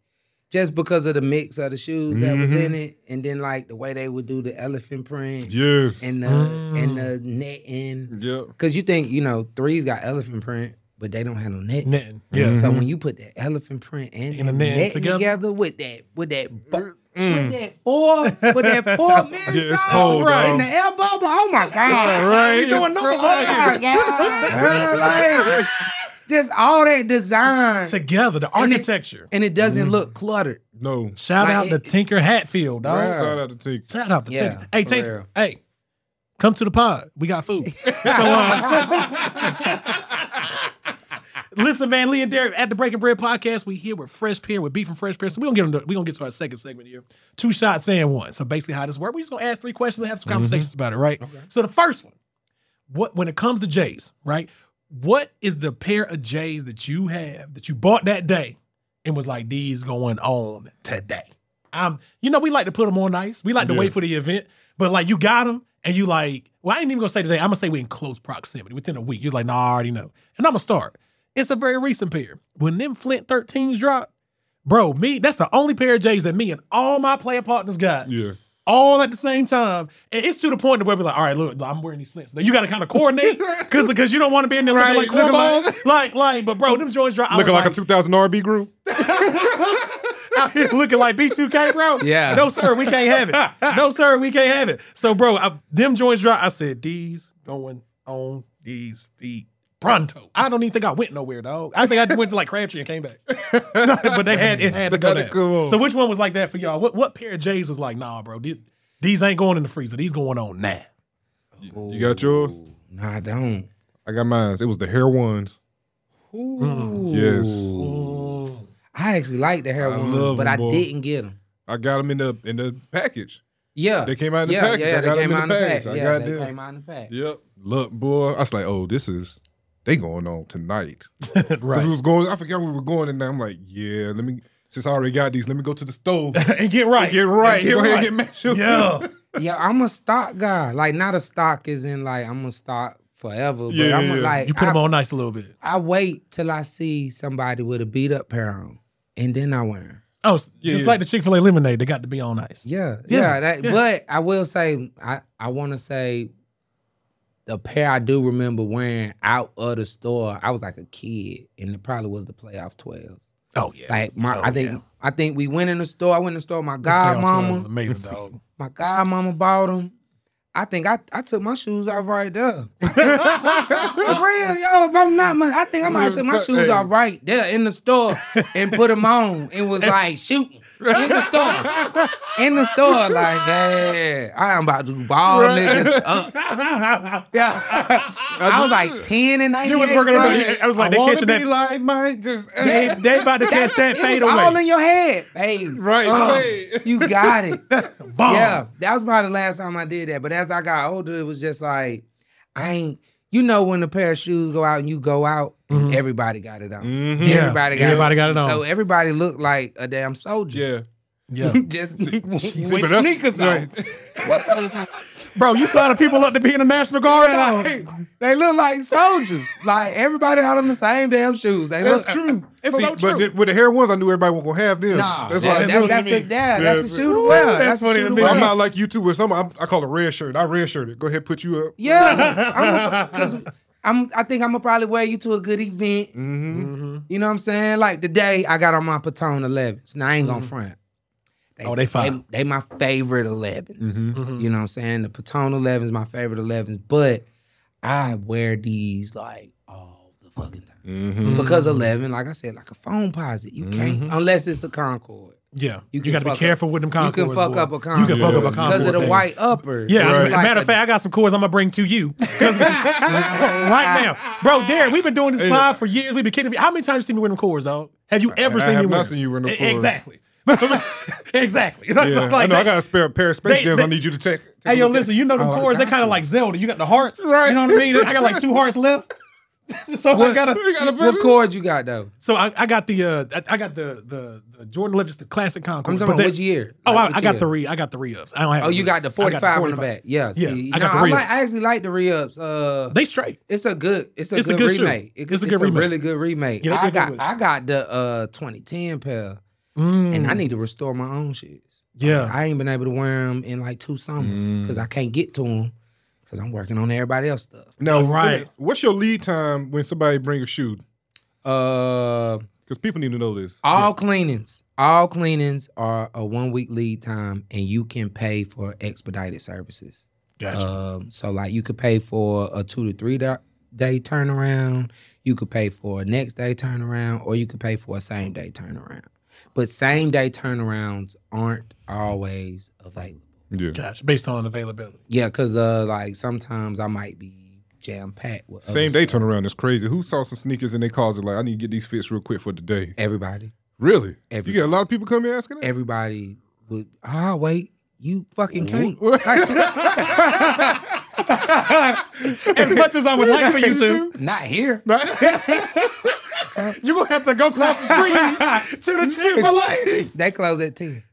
[SPEAKER 3] just because of the mix of the shoes that
[SPEAKER 2] Mm-hmm.
[SPEAKER 3] was in it, and then like the way they would do the elephant print
[SPEAKER 2] Yes.
[SPEAKER 3] and the and
[SPEAKER 4] Mm.
[SPEAKER 3] the netting.
[SPEAKER 2] yeah.
[SPEAKER 3] Because you think you know threes got elephant print, but they don't have no net.
[SPEAKER 4] Nothing. Yeah.
[SPEAKER 3] So
[SPEAKER 2] Mm-hmm.
[SPEAKER 3] when you put that elephant print and,
[SPEAKER 4] And the
[SPEAKER 3] that
[SPEAKER 4] net
[SPEAKER 3] net,
[SPEAKER 4] together.
[SPEAKER 3] together. with that with that bu- with that four with that four man
[SPEAKER 2] Mm. Yeah, it's
[SPEAKER 3] song,
[SPEAKER 2] cold,
[SPEAKER 3] right, and
[SPEAKER 2] dog.
[SPEAKER 3] the elbow. but Oh my god!
[SPEAKER 2] right.
[SPEAKER 3] You doing
[SPEAKER 2] It's
[SPEAKER 3] numbers on my god! Like, just all that design,
[SPEAKER 4] Together, the
[SPEAKER 3] And it-
[SPEAKER 4] architecture.
[SPEAKER 3] and it
[SPEAKER 2] Mm.
[SPEAKER 3] doesn't look cluttered.
[SPEAKER 2] No.
[SPEAKER 4] Shout
[SPEAKER 3] Like,
[SPEAKER 4] out to
[SPEAKER 3] it-
[SPEAKER 4] Tinker Hatfield, dog.
[SPEAKER 3] Bruh.
[SPEAKER 2] Shout out to T.
[SPEAKER 4] Shout out to
[SPEAKER 3] Yeah,
[SPEAKER 4] Tinker. Hey,
[SPEAKER 3] for
[SPEAKER 4] Tinker.
[SPEAKER 3] real.
[SPEAKER 4] Hey, come to the pod. We got food. so, uh, listen, man, Lee and Derek at the Breaking Bread podcast. We here with Fresh Pair with Beef and Fresh Pair. So we don't get into, we gonna get to our second segment here. Two shots and one. So basically, how this works? We just gonna ask three questions and have some conversations about it, right? So the first one, what when it comes to J's, right? What is the pair of J's that you have that you bought that day and was like these going on today? Um, you know, we like to put them on ice. We like to
[SPEAKER 2] Yeah.
[SPEAKER 4] wait for the event, but like you got them and you like, well, I ain't even gonna say today. I'm gonna say we in close proximity within a week. You're like, nah, I already know. And I'm gonna start. It's a very recent pair. When them Flint 13s drop, bro, me, that's the only pair of J's that me and all my player partners got
[SPEAKER 2] Yeah.
[SPEAKER 4] all at the same time. And it's to the point where we're like, all right, look, I'm wearing these flints. Now you gotta kind of coordinate because because you don't want to be in there looking
[SPEAKER 2] Right,
[SPEAKER 4] like cornballs.
[SPEAKER 2] looking
[SPEAKER 4] Like, like, but bro, them joints drop. I was
[SPEAKER 2] Looking like a 2000 R&B group.
[SPEAKER 4] out here looking like B2K, bro.
[SPEAKER 3] Yeah.
[SPEAKER 4] No, sir, we can't have it. No, sir, we can't have it. So, bro, I, them joints drop. I said, these going on these feet pronto. I don't even think I went nowhere, dog. I think I went to like Crabtree and came back. but they had it had to
[SPEAKER 2] They
[SPEAKER 4] go
[SPEAKER 2] gotta
[SPEAKER 4] down.
[SPEAKER 2] go on.
[SPEAKER 4] So which one was like that for y'all? What what pair of J's was like, nah, bro, these, these ain't going in the freezer. These going on now.
[SPEAKER 2] You got yours?
[SPEAKER 3] No, I don't.
[SPEAKER 2] I got mine. It was the hair ones. Mm. Yes.
[SPEAKER 4] Mm.
[SPEAKER 3] I actually like the hair
[SPEAKER 2] I
[SPEAKER 3] ones,
[SPEAKER 2] love
[SPEAKER 3] but
[SPEAKER 2] 'em,
[SPEAKER 3] I
[SPEAKER 2] boy.
[SPEAKER 3] didn't get them.
[SPEAKER 2] I got them in the in the package.
[SPEAKER 3] Yeah,
[SPEAKER 2] They came out in the
[SPEAKER 3] yeah,
[SPEAKER 2] package.
[SPEAKER 3] Yeah,
[SPEAKER 2] I got
[SPEAKER 3] they
[SPEAKER 2] 'em
[SPEAKER 3] came
[SPEAKER 2] in
[SPEAKER 3] out
[SPEAKER 2] the
[SPEAKER 3] in the
[SPEAKER 2] package.
[SPEAKER 3] package.
[SPEAKER 2] I
[SPEAKER 3] Yeah,
[SPEAKER 2] got
[SPEAKER 3] they
[SPEAKER 2] them.
[SPEAKER 3] came out in the pack.
[SPEAKER 2] Yep. Look, boy. I was like, oh, this is they going on tonight. 'Cause
[SPEAKER 4] right.
[SPEAKER 2] we was going. I forgot we were going, and I'm like, yeah. Let me since I already got these, let me go to the stove.
[SPEAKER 4] and get right.
[SPEAKER 2] Get right.
[SPEAKER 4] And get
[SPEAKER 2] Go ahead
[SPEAKER 4] right.
[SPEAKER 2] and get matched up.
[SPEAKER 4] Yeah.
[SPEAKER 3] Yeah, I'm a stock guy. Like not a stock is in like I'm a stock forever, but
[SPEAKER 2] Yeah,
[SPEAKER 3] I'm
[SPEAKER 2] yeah,
[SPEAKER 3] a,
[SPEAKER 2] yeah.
[SPEAKER 3] like
[SPEAKER 4] You put
[SPEAKER 3] I,
[SPEAKER 4] them on nice a little bit.
[SPEAKER 3] I wait till I see somebody with a beat up pair on, and then I wear 'em.
[SPEAKER 4] Oh, s-
[SPEAKER 2] Yeah,
[SPEAKER 4] just
[SPEAKER 2] yeah.
[SPEAKER 4] like the Chick Fil A lemonade, they got to be on ice.
[SPEAKER 3] Yeah,
[SPEAKER 4] Yeah,
[SPEAKER 3] yeah. that,
[SPEAKER 4] yeah.
[SPEAKER 3] But I will say, I I want to say, the pair I do remember wearing out of the store, I was like a kid, and it probably was the playoff twelves.
[SPEAKER 4] Oh yeah,
[SPEAKER 3] Like my,
[SPEAKER 4] Oh,
[SPEAKER 3] I think
[SPEAKER 4] yeah.
[SPEAKER 3] I think we went in the store. I went in the store. with My
[SPEAKER 4] The playoff twirl is
[SPEAKER 3] godmama,
[SPEAKER 4] amazing dog.
[SPEAKER 3] my godmama bought them. I think I, I took my shoes off right there. For real, yo, if I'm not, my, I think I might have took my shoes
[SPEAKER 2] Hey.
[SPEAKER 3] off right there in the store and put them on and was like shooting in the store. In the store, like, yeah, I am about to ball niggas up. Yeah. I was like 10 and 19.
[SPEAKER 4] You was working
[SPEAKER 3] Oh,
[SPEAKER 4] on it. I was like, they
[SPEAKER 2] wanna
[SPEAKER 4] catching
[SPEAKER 2] be
[SPEAKER 4] that-
[SPEAKER 2] like mine. Just
[SPEAKER 4] they, they about to catch that
[SPEAKER 3] It was
[SPEAKER 4] fade
[SPEAKER 3] all
[SPEAKER 4] away.
[SPEAKER 3] in your head. Hey,
[SPEAKER 2] right.
[SPEAKER 3] uh,
[SPEAKER 2] hey.
[SPEAKER 3] you got it.
[SPEAKER 4] Bomb.
[SPEAKER 3] Yeah, that was probably the last time I did that. But as I got older, it was just like I ain't. You know when a pair of shoes go out and you go out, and everybody got it on.
[SPEAKER 2] Mhm.
[SPEAKER 4] Yeah,
[SPEAKER 3] Everybody got
[SPEAKER 4] everybody
[SPEAKER 3] it.
[SPEAKER 4] got it on.
[SPEAKER 3] So everybody looked like a damn soldier.
[SPEAKER 2] Yeah.
[SPEAKER 4] Yeah.
[SPEAKER 3] just
[SPEAKER 2] See, but
[SPEAKER 3] with
[SPEAKER 2] that's-
[SPEAKER 3] sneakers on.
[SPEAKER 2] right.
[SPEAKER 4] bro, you signing people up to be in the National Guard.
[SPEAKER 3] Like, they look like soldiers. Like everybody out on the same damn shoes. They look,
[SPEAKER 2] That's true.
[SPEAKER 4] It's
[SPEAKER 2] See,
[SPEAKER 4] so
[SPEAKER 2] But
[SPEAKER 4] true.
[SPEAKER 2] th- with the hair ones, I knew everybody wasn't gonna have them.
[SPEAKER 3] Nah,
[SPEAKER 2] that's
[SPEAKER 3] that-
[SPEAKER 2] why.
[SPEAKER 3] that-
[SPEAKER 2] that's what
[SPEAKER 3] that's
[SPEAKER 2] I mean.
[SPEAKER 3] a yeah, that's
[SPEAKER 2] Yeah,
[SPEAKER 3] a shoe to wear.
[SPEAKER 4] that's
[SPEAKER 3] That's,
[SPEAKER 4] funny
[SPEAKER 3] a
[SPEAKER 4] to
[SPEAKER 3] shoe to
[SPEAKER 4] me.
[SPEAKER 3] wear.
[SPEAKER 2] I'm not like you two with some. I'm, I call it red shirt. I red shirt it. Go ahead, put you up.
[SPEAKER 3] Yeah, because I'm. I think I'm gonna probably wear you to a good event.
[SPEAKER 2] Mm-hmm.
[SPEAKER 4] Mm-hmm.
[SPEAKER 3] You know what I'm saying? Like today, I got on my Patone 11s. Now I ain't gonna front.
[SPEAKER 4] Mm-hmm. Oh, they Mm-hmm. fine.
[SPEAKER 3] They, my favorite 11s. You know what I'm saying? The Patone 11s, my favorite 11s. But I wear these like all the
[SPEAKER 4] Mm-hmm.
[SPEAKER 2] Mm-hmm.
[SPEAKER 4] Mm-hmm.
[SPEAKER 3] fucking time because 11, like I said, like a phone posit. You can't unless it's a Concord.
[SPEAKER 4] Yeah, you,
[SPEAKER 3] You can
[SPEAKER 4] got to be
[SPEAKER 3] fuck up-
[SPEAKER 4] careful with them Concords.
[SPEAKER 3] you can fuck
[SPEAKER 4] boy.
[SPEAKER 3] up a Concord.
[SPEAKER 4] You can fuck up a Concord
[SPEAKER 3] because of the
[SPEAKER 4] thing.
[SPEAKER 3] white uppers.
[SPEAKER 4] Yeah, I'm
[SPEAKER 3] It's
[SPEAKER 4] just like,
[SPEAKER 3] like
[SPEAKER 4] matter of
[SPEAKER 3] the-
[SPEAKER 4] fact, I got some cores I'm gonna bring to you 'Cause we- right now, bro. Darren, we've been doing this live for years. We've been kidding. How many times you see me wearing them cores, dog? Have you ever
[SPEAKER 2] I
[SPEAKER 4] seen
[SPEAKER 2] have
[SPEAKER 4] me
[SPEAKER 2] not
[SPEAKER 4] wear?
[SPEAKER 2] seen you wearing them
[SPEAKER 4] E-
[SPEAKER 2] cores.
[SPEAKER 4] Exactly, exactly.
[SPEAKER 2] Yeah,
[SPEAKER 4] Like
[SPEAKER 2] I know. I
[SPEAKER 4] that-
[SPEAKER 2] got a spare pair of space
[SPEAKER 4] they-
[SPEAKER 2] jams.
[SPEAKER 4] they-
[SPEAKER 2] I need you to take. take
[SPEAKER 4] Hey,
[SPEAKER 2] a
[SPEAKER 4] yo,
[SPEAKER 2] look at.
[SPEAKER 4] listen, you know them
[SPEAKER 3] Oh, I
[SPEAKER 4] cores, they
[SPEAKER 3] got
[SPEAKER 4] kind of like Zelda. You got the hearts, right? You know what I mean? I got like two hearts left. so I got
[SPEAKER 2] You got
[SPEAKER 4] to
[SPEAKER 2] a
[SPEAKER 3] What chord you got though?
[SPEAKER 4] so I, I got the uh I, I got the the, the Jordan Lips, the classic Concord.
[SPEAKER 3] I'm talking about which year.
[SPEAKER 4] Oh,
[SPEAKER 3] Like,
[SPEAKER 4] I,
[SPEAKER 3] which
[SPEAKER 4] I got
[SPEAKER 3] year?
[SPEAKER 4] the re I got the re ups. I don't have.
[SPEAKER 3] Oh, you got the
[SPEAKER 4] I
[SPEAKER 3] 45, on the
[SPEAKER 4] 45.
[SPEAKER 3] back. Yeah,
[SPEAKER 4] Yeah,
[SPEAKER 3] see,
[SPEAKER 4] I got
[SPEAKER 3] no, I,
[SPEAKER 4] the
[SPEAKER 3] like,
[SPEAKER 4] re-ups.
[SPEAKER 3] I actually like the re-ups. Uh,
[SPEAKER 4] They straight.
[SPEAKER 3] it's a good, it's a
[SPEAKER 4] It's a
[SPEAKER 3] good
[SPEAKER 4] good shoe.
[SPEAKER 3] remake. It-
[SPEAKER 4] It's a good remake.
[SPEAKER 3] really good remake.
[SPEAKER 4] Yeah, they
[SPEAKER 3] I
[SPEAKER 4] did good
[SPEAKER 3] got,
[SPEAKER 4] with it.
[SPEAKER 3] I got the uh 2010 pair, and I need to restore my own shit.
[SPEAKER 4] Mm, Yeah.
[SPEAKER 3] I ain't been able to wear them in like two summers
[SPEAKER 4] Mm.
[SPEAKER 3] because I can't get to them because I'm working on everybody else stuff.
[SPEAKER 2] Now,
[SPEAKER 4] Oh, right.
[SPEAKER 2] What's your lead time when somebody bring a shoe?
[SPEAKER 3] Uh,
[SPEAKER 2] Because people need to know this.
[SPEAKER 3] all cleanings, all cleanings are a one week lead time, and you can pay for expedited services.
[SPEAKER 4] Gotcha.
[SPEAKER 3] Um, so like you could pay for a two to three da- day turnaround, you could pay for a next day turnaround, or you could pay for a same day turnaround. But same day turnarounds aren't always available.
[SPEAKER 2] Yeah.
[SPEAKER 4] Gotcha. Based on availability.
[SPEAKER 3] Yeah, cause uh, like sometimes I might be jam packed with other
[SPEAKER 2] Same day
[SPEAKER 3] stuff.
[SPEAKER 2] turnaround is crazy. Who saw some sneakers and they calls it like, I need to get these fits real quick for today?
[SPEAKER 3] Everybody,
[SPEAKER 2] Really?
[SPEAKER 3] Every-
[SPEAKER 2] you get a lot of people coming asking that?
[SPEAKER 3] everybody would. Ah, wait, you fucking can't.
[SPEAKER 4] as much as I would like for you to,
[SPEAKER 3] Not here.
[SPEAKER 4] you're gonna have to go across the street to the gym.
[SPEAKER 2] Like,
[SPEAKER 3] They close at ten.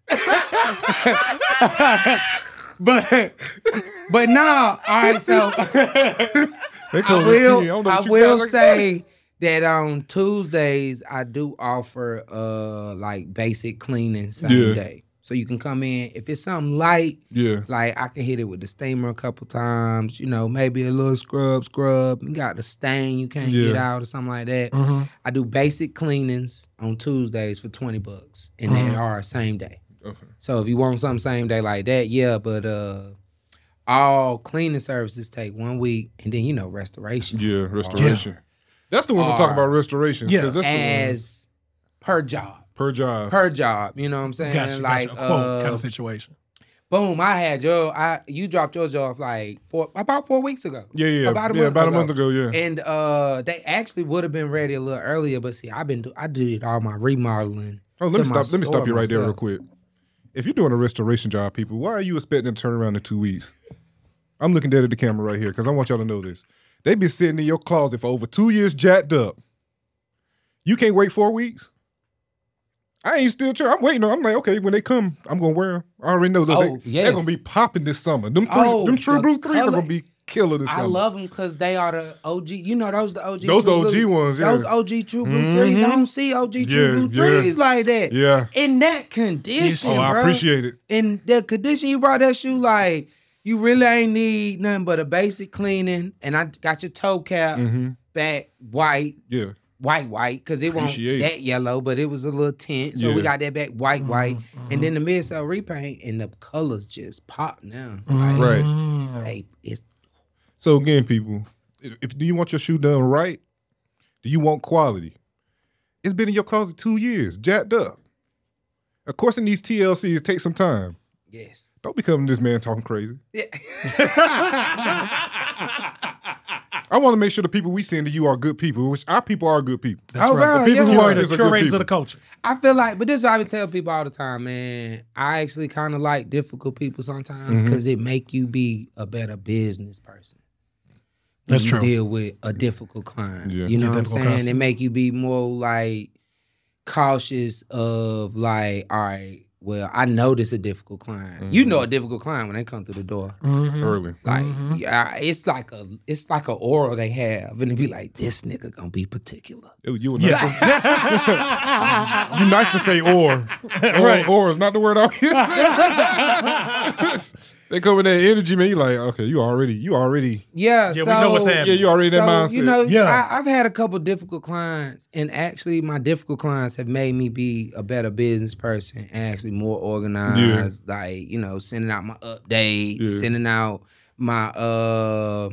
[SPEAKER 4] But
[SPEAKER 3] But no, all right. So
[SPEAKER 2] they
[SPEAKER 3] I
[SPEAKER 2] close at 10.
[SPEAKER 3] will.
[SPEAKER 2] don't know
[SPEAKER 3] I
[SPEAKER 2] what you
[SPEAKER 3] will
[SPEAKER 2] got.
[SPEAKER 3] say that on Tuesdays I do offer uh like basic cleaning same
[SPEAKER 2] Yeah.
[SPEAKER 3] day, so you can come in if it's something light.
[SPEAKER 2] Yeah.
[SPEAKER 3] Like I can hit it with the steamer a couple times, you know, maybe a little scrub, scrub. You got the stain you can't
[SPEAKER 2] Yeah. Uh-huh.
[SPEAKER 3] get out or something like that.
[SPEAKER 4] Mm-hmm.
[SPEAKER 3] I do basic cleanings on Tuesdays for twenty bucks, and
[SPEAKER 2] Uh-huh.
[SPEAKER 3] they are same day.
[SPEAKER 2] Okay.
[SPEAKER 3] So if you want something same day like that, yeah. But uh, all cleaning services take one week, and then you know restoration.
[SPEAKER 2] Yeah, restoration. That's the ones that
[SPEAKER 3] Are-
[SPEAKER 2] talk about restorations.
[SPEAKER 4] Yeah.
[SPEAKER 2] Yeah. That's the ones
[SPEAKER 3] as per job,
[SPEAKER 2] per job.
[SPEAKER 3] per job. You know what I'm saying?
[SPEAKER 4] gotcha,
[SPEAKER 3] like
[SPEAKER 4] gotcha. A quote
[SPEAKER 3] uh,
[SPEAKER 4] kind of situation.
[SPEAKER 3] boom, I had your I you dropped yours off like four about four weeks ago.
[SPEAKER 2] yeah, yeah.
[SPEAKER 3] about a
[SPEAKER 2] yeah,
[SPEAKER 3] month
[SPEAKER 2] about
[SPEAKER 3] ago.
[SPEAKER 2] a month ago, yeah.
[SPEAKER 3] And uh, they actually would have been ready a little earlier, but see, I've been do- I did all my remodeling.
[SPEAKER 2] Oh,
[SPEAKER 3] to
[SPEAKER 2] let me
[SPEAKER 3] my
[SPEAKER 2] stop. Let me
[SPEAKER 3] store
[SPEAKER 2] stop you right there, real
[SPEAKER 3] myself.
[SPEAKER 2] quick. If you're doing a restoration job, people, why are you expecting to turn around in two weeks? I'm looking dead at the camera right here because I want y'all to know this. They been sitting in your closet for over two years, jacked up. You can't wait four weeks. I ain't still trying. I'm waiting. on- I'm like, okay, when they come, I'm gonna wear them. I already know. Look,
[SPEAKER 3] Oh,
[SPEAKER 2] they, They're gonna
[SPEAKER 3] yes.
[SPEAKER 2] be popping this summer. Them three,
[SPEAKER 3] Oh,
[SPEAKER 2] them True
[SPEAKER 3] the
[SPEAKER 2] Brew threes are
[SPEAKER 3] color-
[SPEAKER 2] gonna be killer this
[SPEAKER 3] I
[SPEAKER 2] summer.
[SPEAKER 3] love them because they are the OG. You know those the OG.
[SPEAKER 2] Those the
[SPEAKER 3] True
[SPEAKER 2] OG
[SPEAKER 3] Blue-
[SPEAKER 2] ones, yeah. Mm-hmm.
[SPEAKER 3] Those OG True Blue threes. I don't see OG
[SPEAKER 2] Yeah,
[SPEAKER 3] True Blue
[SPEAKER 2] yeah.
[SPEAKER 3] threes like that.
[SPEAKER 2] Yeah.
[SPEAKER 3] In that condition,
[SPEAKER 2] oh, I
[SPEAKER 3] bro.
[SPEAKER 2] appreciate it.
[SPEAKER 3] In the condition you brought that shoe, like you really ain't need nothing but a basic cleaning, and I got your toe cap back white.
[SPEAKER 2] Yeah.
[SPEAKER 3] White, white, because it wasn't
[SPEAKER 2] Appreciate it.
[SPEAKER 3] that yellow, but it was a little tint. So we
[SPEAKER 2] Yeah. Mm-hmm,
[SPEAKER 3] got that back white, white, and then the mid cell repaint, and the colors just pop now. Like,
[SPEAKER 2] Right.
[SPEAKER 3] like, it's
[SPEAKER 2] So again, people, if, if- do you want your shoe done right? Do you want quality? It's been in your closet two years, jacked up. Of course, in these TLCs, it takes some time.
[SPEAKER 3] yes.
[SPEAKER 2] Don't be coming to this man talking crazy.
[SPEAKER 3] Yeah.
[SPEAKER 2] I want to make sure the people we send to you are good people, which our people are good people.
[SPEAKER 3] oh,
[SPEAKER 4] right.
[SPEAKER 3] bro,
[SPEAKER 2] people
[SPEAKER 3] yeah.
[SPEAKER 2] who
[SPEAKER 4] You
[SPEAKER 2] are
[SPEAKER 4] are the
[SPEAKER 2] just a good
[SPEAKER 4] curators of the
[SPEAKER 2] people.
[SPEAKER 4] culture.
[SPEAKER 3] I feel like, but this is what I would tell people all the time, man. I actually kind of like difficult people sometimes
[SPEAKER 4] Mm-hmm.
[SPEAKER 3] because it make you be a better business person. When
[SPEAKER 4] That's
[SPEAKER 3] you
[SPEAKER 4] true.
[SPEAKER 3] Deal with a difficult client.
[SPEAKER 2] Yeah.
[SPEAKER 3] You know what I'm
[SPEAKER 4] difficult
[SPEAKER 3] saying? It
[SPEAKER 4] customer.
[SPEAKER 3] make you be more like cautious of like, all right, well, I know this a difficult client. You know a
[SPEAKER 4] Mm-hmm.
[SPEAKER 3] difficult client when they come through the door.
[SPEAKER 2] Early.
[SPEAKER 3] Like, yeah, it's like a it's like an aura they have, and it be like, this nigga gonna be particular.
[SPEAKER 2] You, you were nice to- you nice to say or. or.
[SPEAKER 4] Right.
[SPEAKER 2] Or is not the word out here. they come with that energy, man. You like, okay, you already, you already.
[SPEAKER 3] Yeah, so,
[SPEAKER 4] Yeah, we know what's happening.
[SPEAKER 2] Yeah, you already in that mindset.
[SPEAKER 3] so, You know,
[SPEAKER 4] Yeah.
[SPEAKER 3] yeah. I, I've had a couple difficult clients, and actually, my difficult clients have made me be a better business person, and actually more organized. Like you know, sending out my updates,
[SPEAKER 2] Yeah.
[SPEAKER 3] sending out my uh,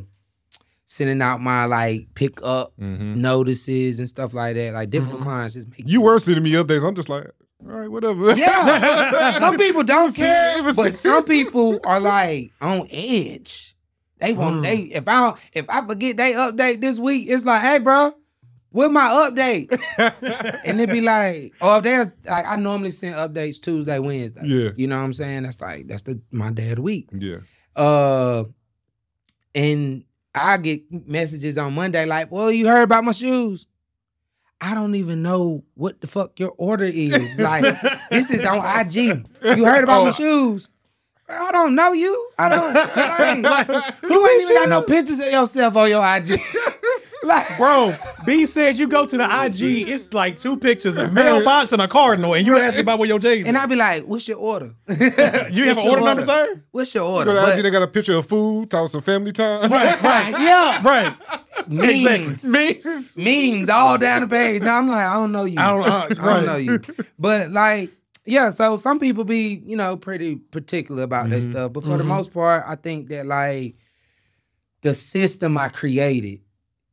[SPEAKER 3] sending out my like
[SPEAKER 2] Mm-hmm.
[SPEAKER 3] pickup notices and stuff like that. Like difficult clients just make
[SPEAKER 2] You were sending me updates. I'm just like, All right, whatever.
[SPEAKER 3] Yeah. some people don't care,
[SPEAKER 2] It was-
[SPEAKER 3] but some people are like on edge. They want
[SPEAKER 4] Mm.
[SPEAKER 3] they if I don't if I forget they update this week, it's like, hey bro, where my update? and it'd be like, oh, if they're like I normally send updates Tuesday, Wednesday.
[SPEAKER 2] Yeah.
[SPEAKER 3] You know what I'm saying? That's like that's the my day of the week.
[SPEAKER 2] yeah.
[SPEAKER 3] Uh and I get messages on Monday like, well, you heard about my shoes. I don't even know what the fuck your order is. Like this is on IG. You heard about my
[SPEAKER 2] Oh.
[SPEAKER 3] shoes. I don't know you. I don't. Like, you ain't even got no pictures of yourself on your IG. like,
[SPEAKER 4] Bro, B said you go to the IG, it's like two pictures, a mailbox and a cardinal, and you're asking about where your J's.
[SPEAKER 3] and I'd be like, "What's your order? you
[SPEAKER 4] you have an order number, sir?
[SPEAKER 3] What's your order?"
[SPEAKER 2] Go to IG,
[SPEAKER 3] But,
[SPEAKER 2] they got a picture of food, talk some family time.
[SPEAKER 3] right, yeah,
[SPEAKER 4] Right.
[SPEAKER 3] memes,
[SPEAKER 4] Me?
[SPEAKER 3] memes all down the page. Now I'm like, I don't know you.
[SPEAKER 4] I don't, uh,
[SPEAKER 3] I don't know you. But like, yeah, so some people be, you know, pretty particular about that stuff. But for the
[SPEAKER 4] Mhm.
[SPEAKER 3] most part, I think that like the system I created,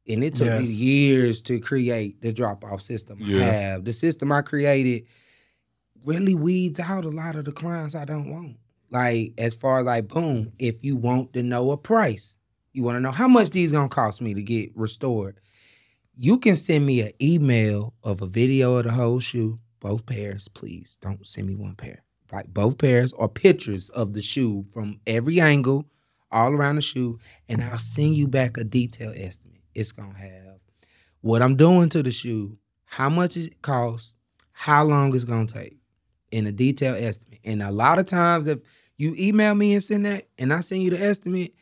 [SPEAKER 3] and it took me
[SPEAKER 4] Yes.
[SPEAKER 3] years to create the drop off system
[SPEAKER 2] Yeah.
[SPEAKER 3] I have. The system I created really weeds out a lot of the clients I don't want. Like, as far as like, boom, if you want to know a price, you want to know how much these gonna cost me to get restored. You can send me an email of a video of the whole shoe, both pairs, please. Don't send me one pair. Like both pairs or pictures of the shoe from every angle, all around the shoe, and I'll send you back a detailed estimate. It's gonna have what I'm doing to the shoe, how much it costs, how long it's gonna take, and a detailed estimate. And a lot of times, if you email me and send that, and I send you the estimate,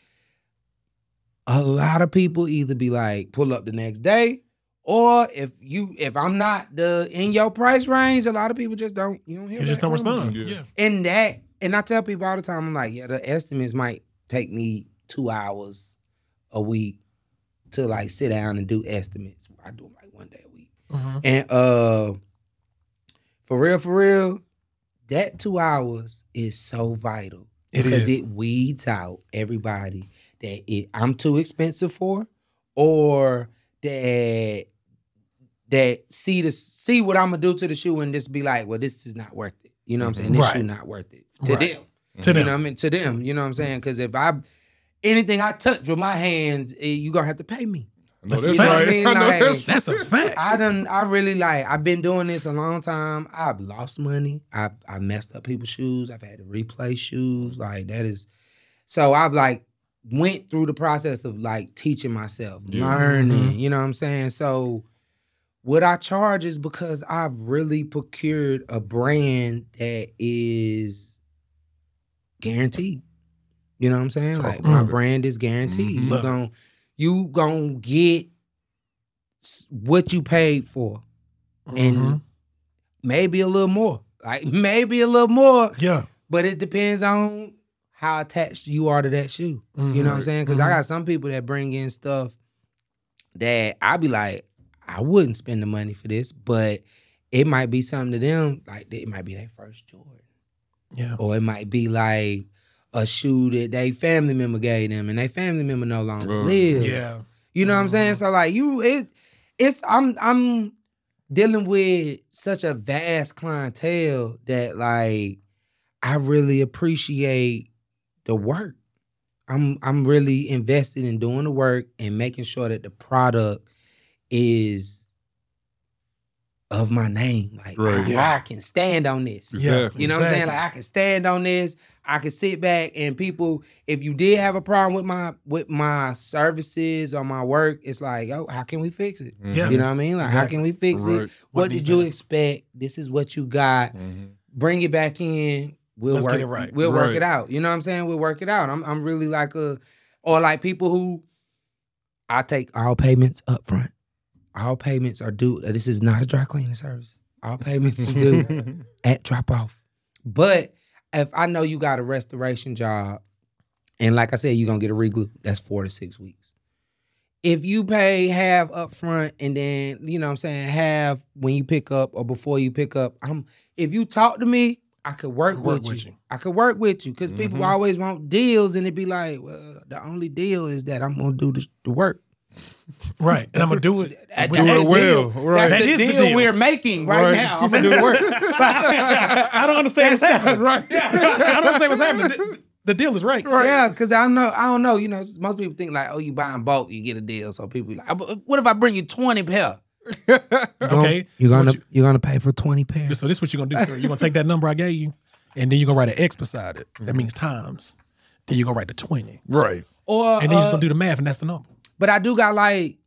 [SPEAKER 3] a lot of people either be like pull up the next day or if you if i'm not the in your price range a lot of people just don't you don't hear
[SPEAKER 4] You just
[SPEAKER 3] back
[SPEAKER 4] don't
[SPEAKER 3] from 'em.
[SPEAKER 4] respond.
[SPEAKER 2] Yeah.
[SPEAKER 4] Yeah.
[SPEAKER 3] and that and i tell people all the time i'm like yeah the estimates might take me two hours a week to like sit down and do estimates i do them like one day a week and uh for real, for real, that two hours is so vital.
[SPEAKER 4] It
[SPEAKER 3] because
[SPEAKER 4] is.
[SPEAKER 3] it weeds out everybody that it I'm too expensive for or that that see the see what I'm gonna do to the shoe and just be like, well, this is not worth it. You know what I'm saying? This
[SPEAKER 4] Mm-hmm. Right.
[SPEAKER 3] shoe not worth it. To
[SPEAKER 4] Right.
[SPEAKER 3] them.
[SPEAKER 4] To
[SPEAKER 3] You
[SPEAKER 4] them.
[SPEAKER 3] know what I mean? To them. You know what I'm saying? Because if I anything I touch with my hands, eh, you gonna have to pay me.
[SPEAKER 2] No,
[SPEAKER 4] You
[SPEAKER 2] that's
[SPEAKER 4] know what I
[SPEAKER 2] right.
[SPEAKER 3] mean?
[SPEAKER 2] I know
[SPEAKER 3] Like-
[SPEAKER 2] that's
[SPEAKER 4] That's a fact.
[SPEAKER 3] I done. I really like. I've been doing this a long time. I've lost money. I I messed up people's shoes. I've had to replace shoes. Like that is. So I've like went through the process of like teaching myself,
[SPEAKER 2] Yeah.
[SPEAKER 3] learning. You know what I'm saying? So what I charge is because I've really procured a brand that is guaranteed. You know what I'm saying? Like my
[SPEAKER 4] Mm.
[SPEAKER 3] brand is guaranteed.
[SPEAKER 2] Mhm.
[SPEAKER 3] You
[SPEAKER 4] Love it.
[SPEAKER 3] gon' you gonna get s- what you paid for and
[SPEAKER 4] Mhm.
[SPEAKER 3] maybe a little more. Like maybe a little more,
[SPEAKER 4] yeah.
[SPEAKER 3] but it depends on how attached you are to that shoe. You
[SPEAKER 4] Mm-hmm.
[SPEAKER 3] know what I'm saying? Because I got some people that bring in stuff that I be like, I wouldn't spend the money for this, but it might be something to them. Like it might be their first Jordan,
[SPEAKER 4] Mm-hmm. Yeah.
[SPEAKER 3] or it might be like a shoe that they family member gave them, and they family member no longer
[SPEAKER 2] Mm.
[SPEAKER 3] lives.
[SPEAKER 4] Yeah.
[SPEAKER 3] You know what I'm saying?
[SPEAKER 4] Mhm.
[SPEAKER 3] So like you it it's I'm I'm dealing with such a vast clientele that like I really appreciate the work. I'm I'm really invested in doing the work and making sure that the product is of my name. Like
[SPEAKER 2] Right.
[SPEAKER 3] I,
[SPEAKER 4] Yeah.
[SPEAKER 3] I can stand on this.
[SPEAKER 2] Exactly.
[SPEAKER 3] You know what I'm saying? Like I can stand on this. I can sit back and people, if you did have a problem with my with my services or my work, it's like, oh, how can we fix it?
[SPEAKER 4] Yeah.
[SPEAKER 3] You know what I mean? Like, how
[SPEAKER 4] Exactly.
[SPEAKER 3] can we fix it?
[SPEAKER 2] Right.
[SPEAKER 3] What
[SPEAKER 4] What
[SPEAKER 3] did
[SPEAKER 4] needs
[SPEAKER 3] you
[SPEAKER 4] to-
[SPEAKER 3] expect? This is what you got.
[SPEAKER 2] Mhm.
[SPEAKER 3] Bring it back in. We'll
[SPEAKER 4] Let's
[SPEAKER 3] work
[SPEAKER 4] get it right.
[SPEAKER 3] We'll work
[SPEAKER 2] Right.
[SPEAKER 3] it out. You know what I'm saying? We'll work it out. I'm I'm really like a or like people who I take all payments up front. All payments are due. This is not a dry cleaning service. All payments are due at drop off. But if I know you got a restoration job, and like I said, you're gonna get a reglue, that's four to six weeks. If you pay half up front and then, you know what I'm saying, half when you pick up or before you pick up, I'm if you talk to me, I could work,
[SPEAKER 4] Work
[SPEAKER 3] with,
[SPEAKER 4] with
[SPEAKER 3] you. Mm-hmm.
[SPEAKER 4] you.
[SPEAKER 3] I could work with you because people
[SPEAKER 2] Mhm.
[SPEAKER 3] always want deals and it'd be like, well, the only deal is that I'm gonna do the, the work.
[SPEAKER 4] Right. And I'm gonna do it.
[SPEAKER 3] That-
[SPEAKER 4] with
[SPEAKER 2] Do
[SPEAKER 3] That's
[SPEAKER 2] it
[SPEAKER 3] the
[SPEAKER 2] well,
[SPEAKER 3] deal.
[SPEAKER 2] right?
[SPEAKER 4] That
[SPEAKER 3] That's the
[SPEAKER 4] is the
[SPEAKER 3] deal,
[SPEAKER 4] deal.
[SPEAKER 3] we're making right,
[SPEAKER 2] Right.
[SPEAKER 3] now. I'm gonna do the work.
[SPEAKER 4] I don't understand what's happening.
[SPEAKER 2] right.
[SPEAKER 4] I don't understand what's happening. The, the deal is right.
[SPEAKER 3] Yeah, because I know I don't know. You know, most people think like, oh, you buying bulk, you get a deal. So people be like, "Ah, but what if I bring you twenty pair?
[SPEAKER 4] Okay.
[SPEAKER 3] you're
[SPEAKER 4] So what
[SPEAKER 3] gonna
[SPEAKER 4] you-
[SPEAKER 3] you, are gonna pay for twenty pairs.
[SPEAKER 4] So this is what you're gonna do, sir. You're gonna take that number I gave you, and then you're gonna write an X beside it. That means times. Then you're gonna write the 20.
[SPEAKER 2] Right.
[SPEAKER 3] Or
[SPEAKER 4] And then you're just
[SPEAKER 3] uh,
[SPEAKER 4] gonna do the math, and that's the number.
[SPEAKER 3] But I do got like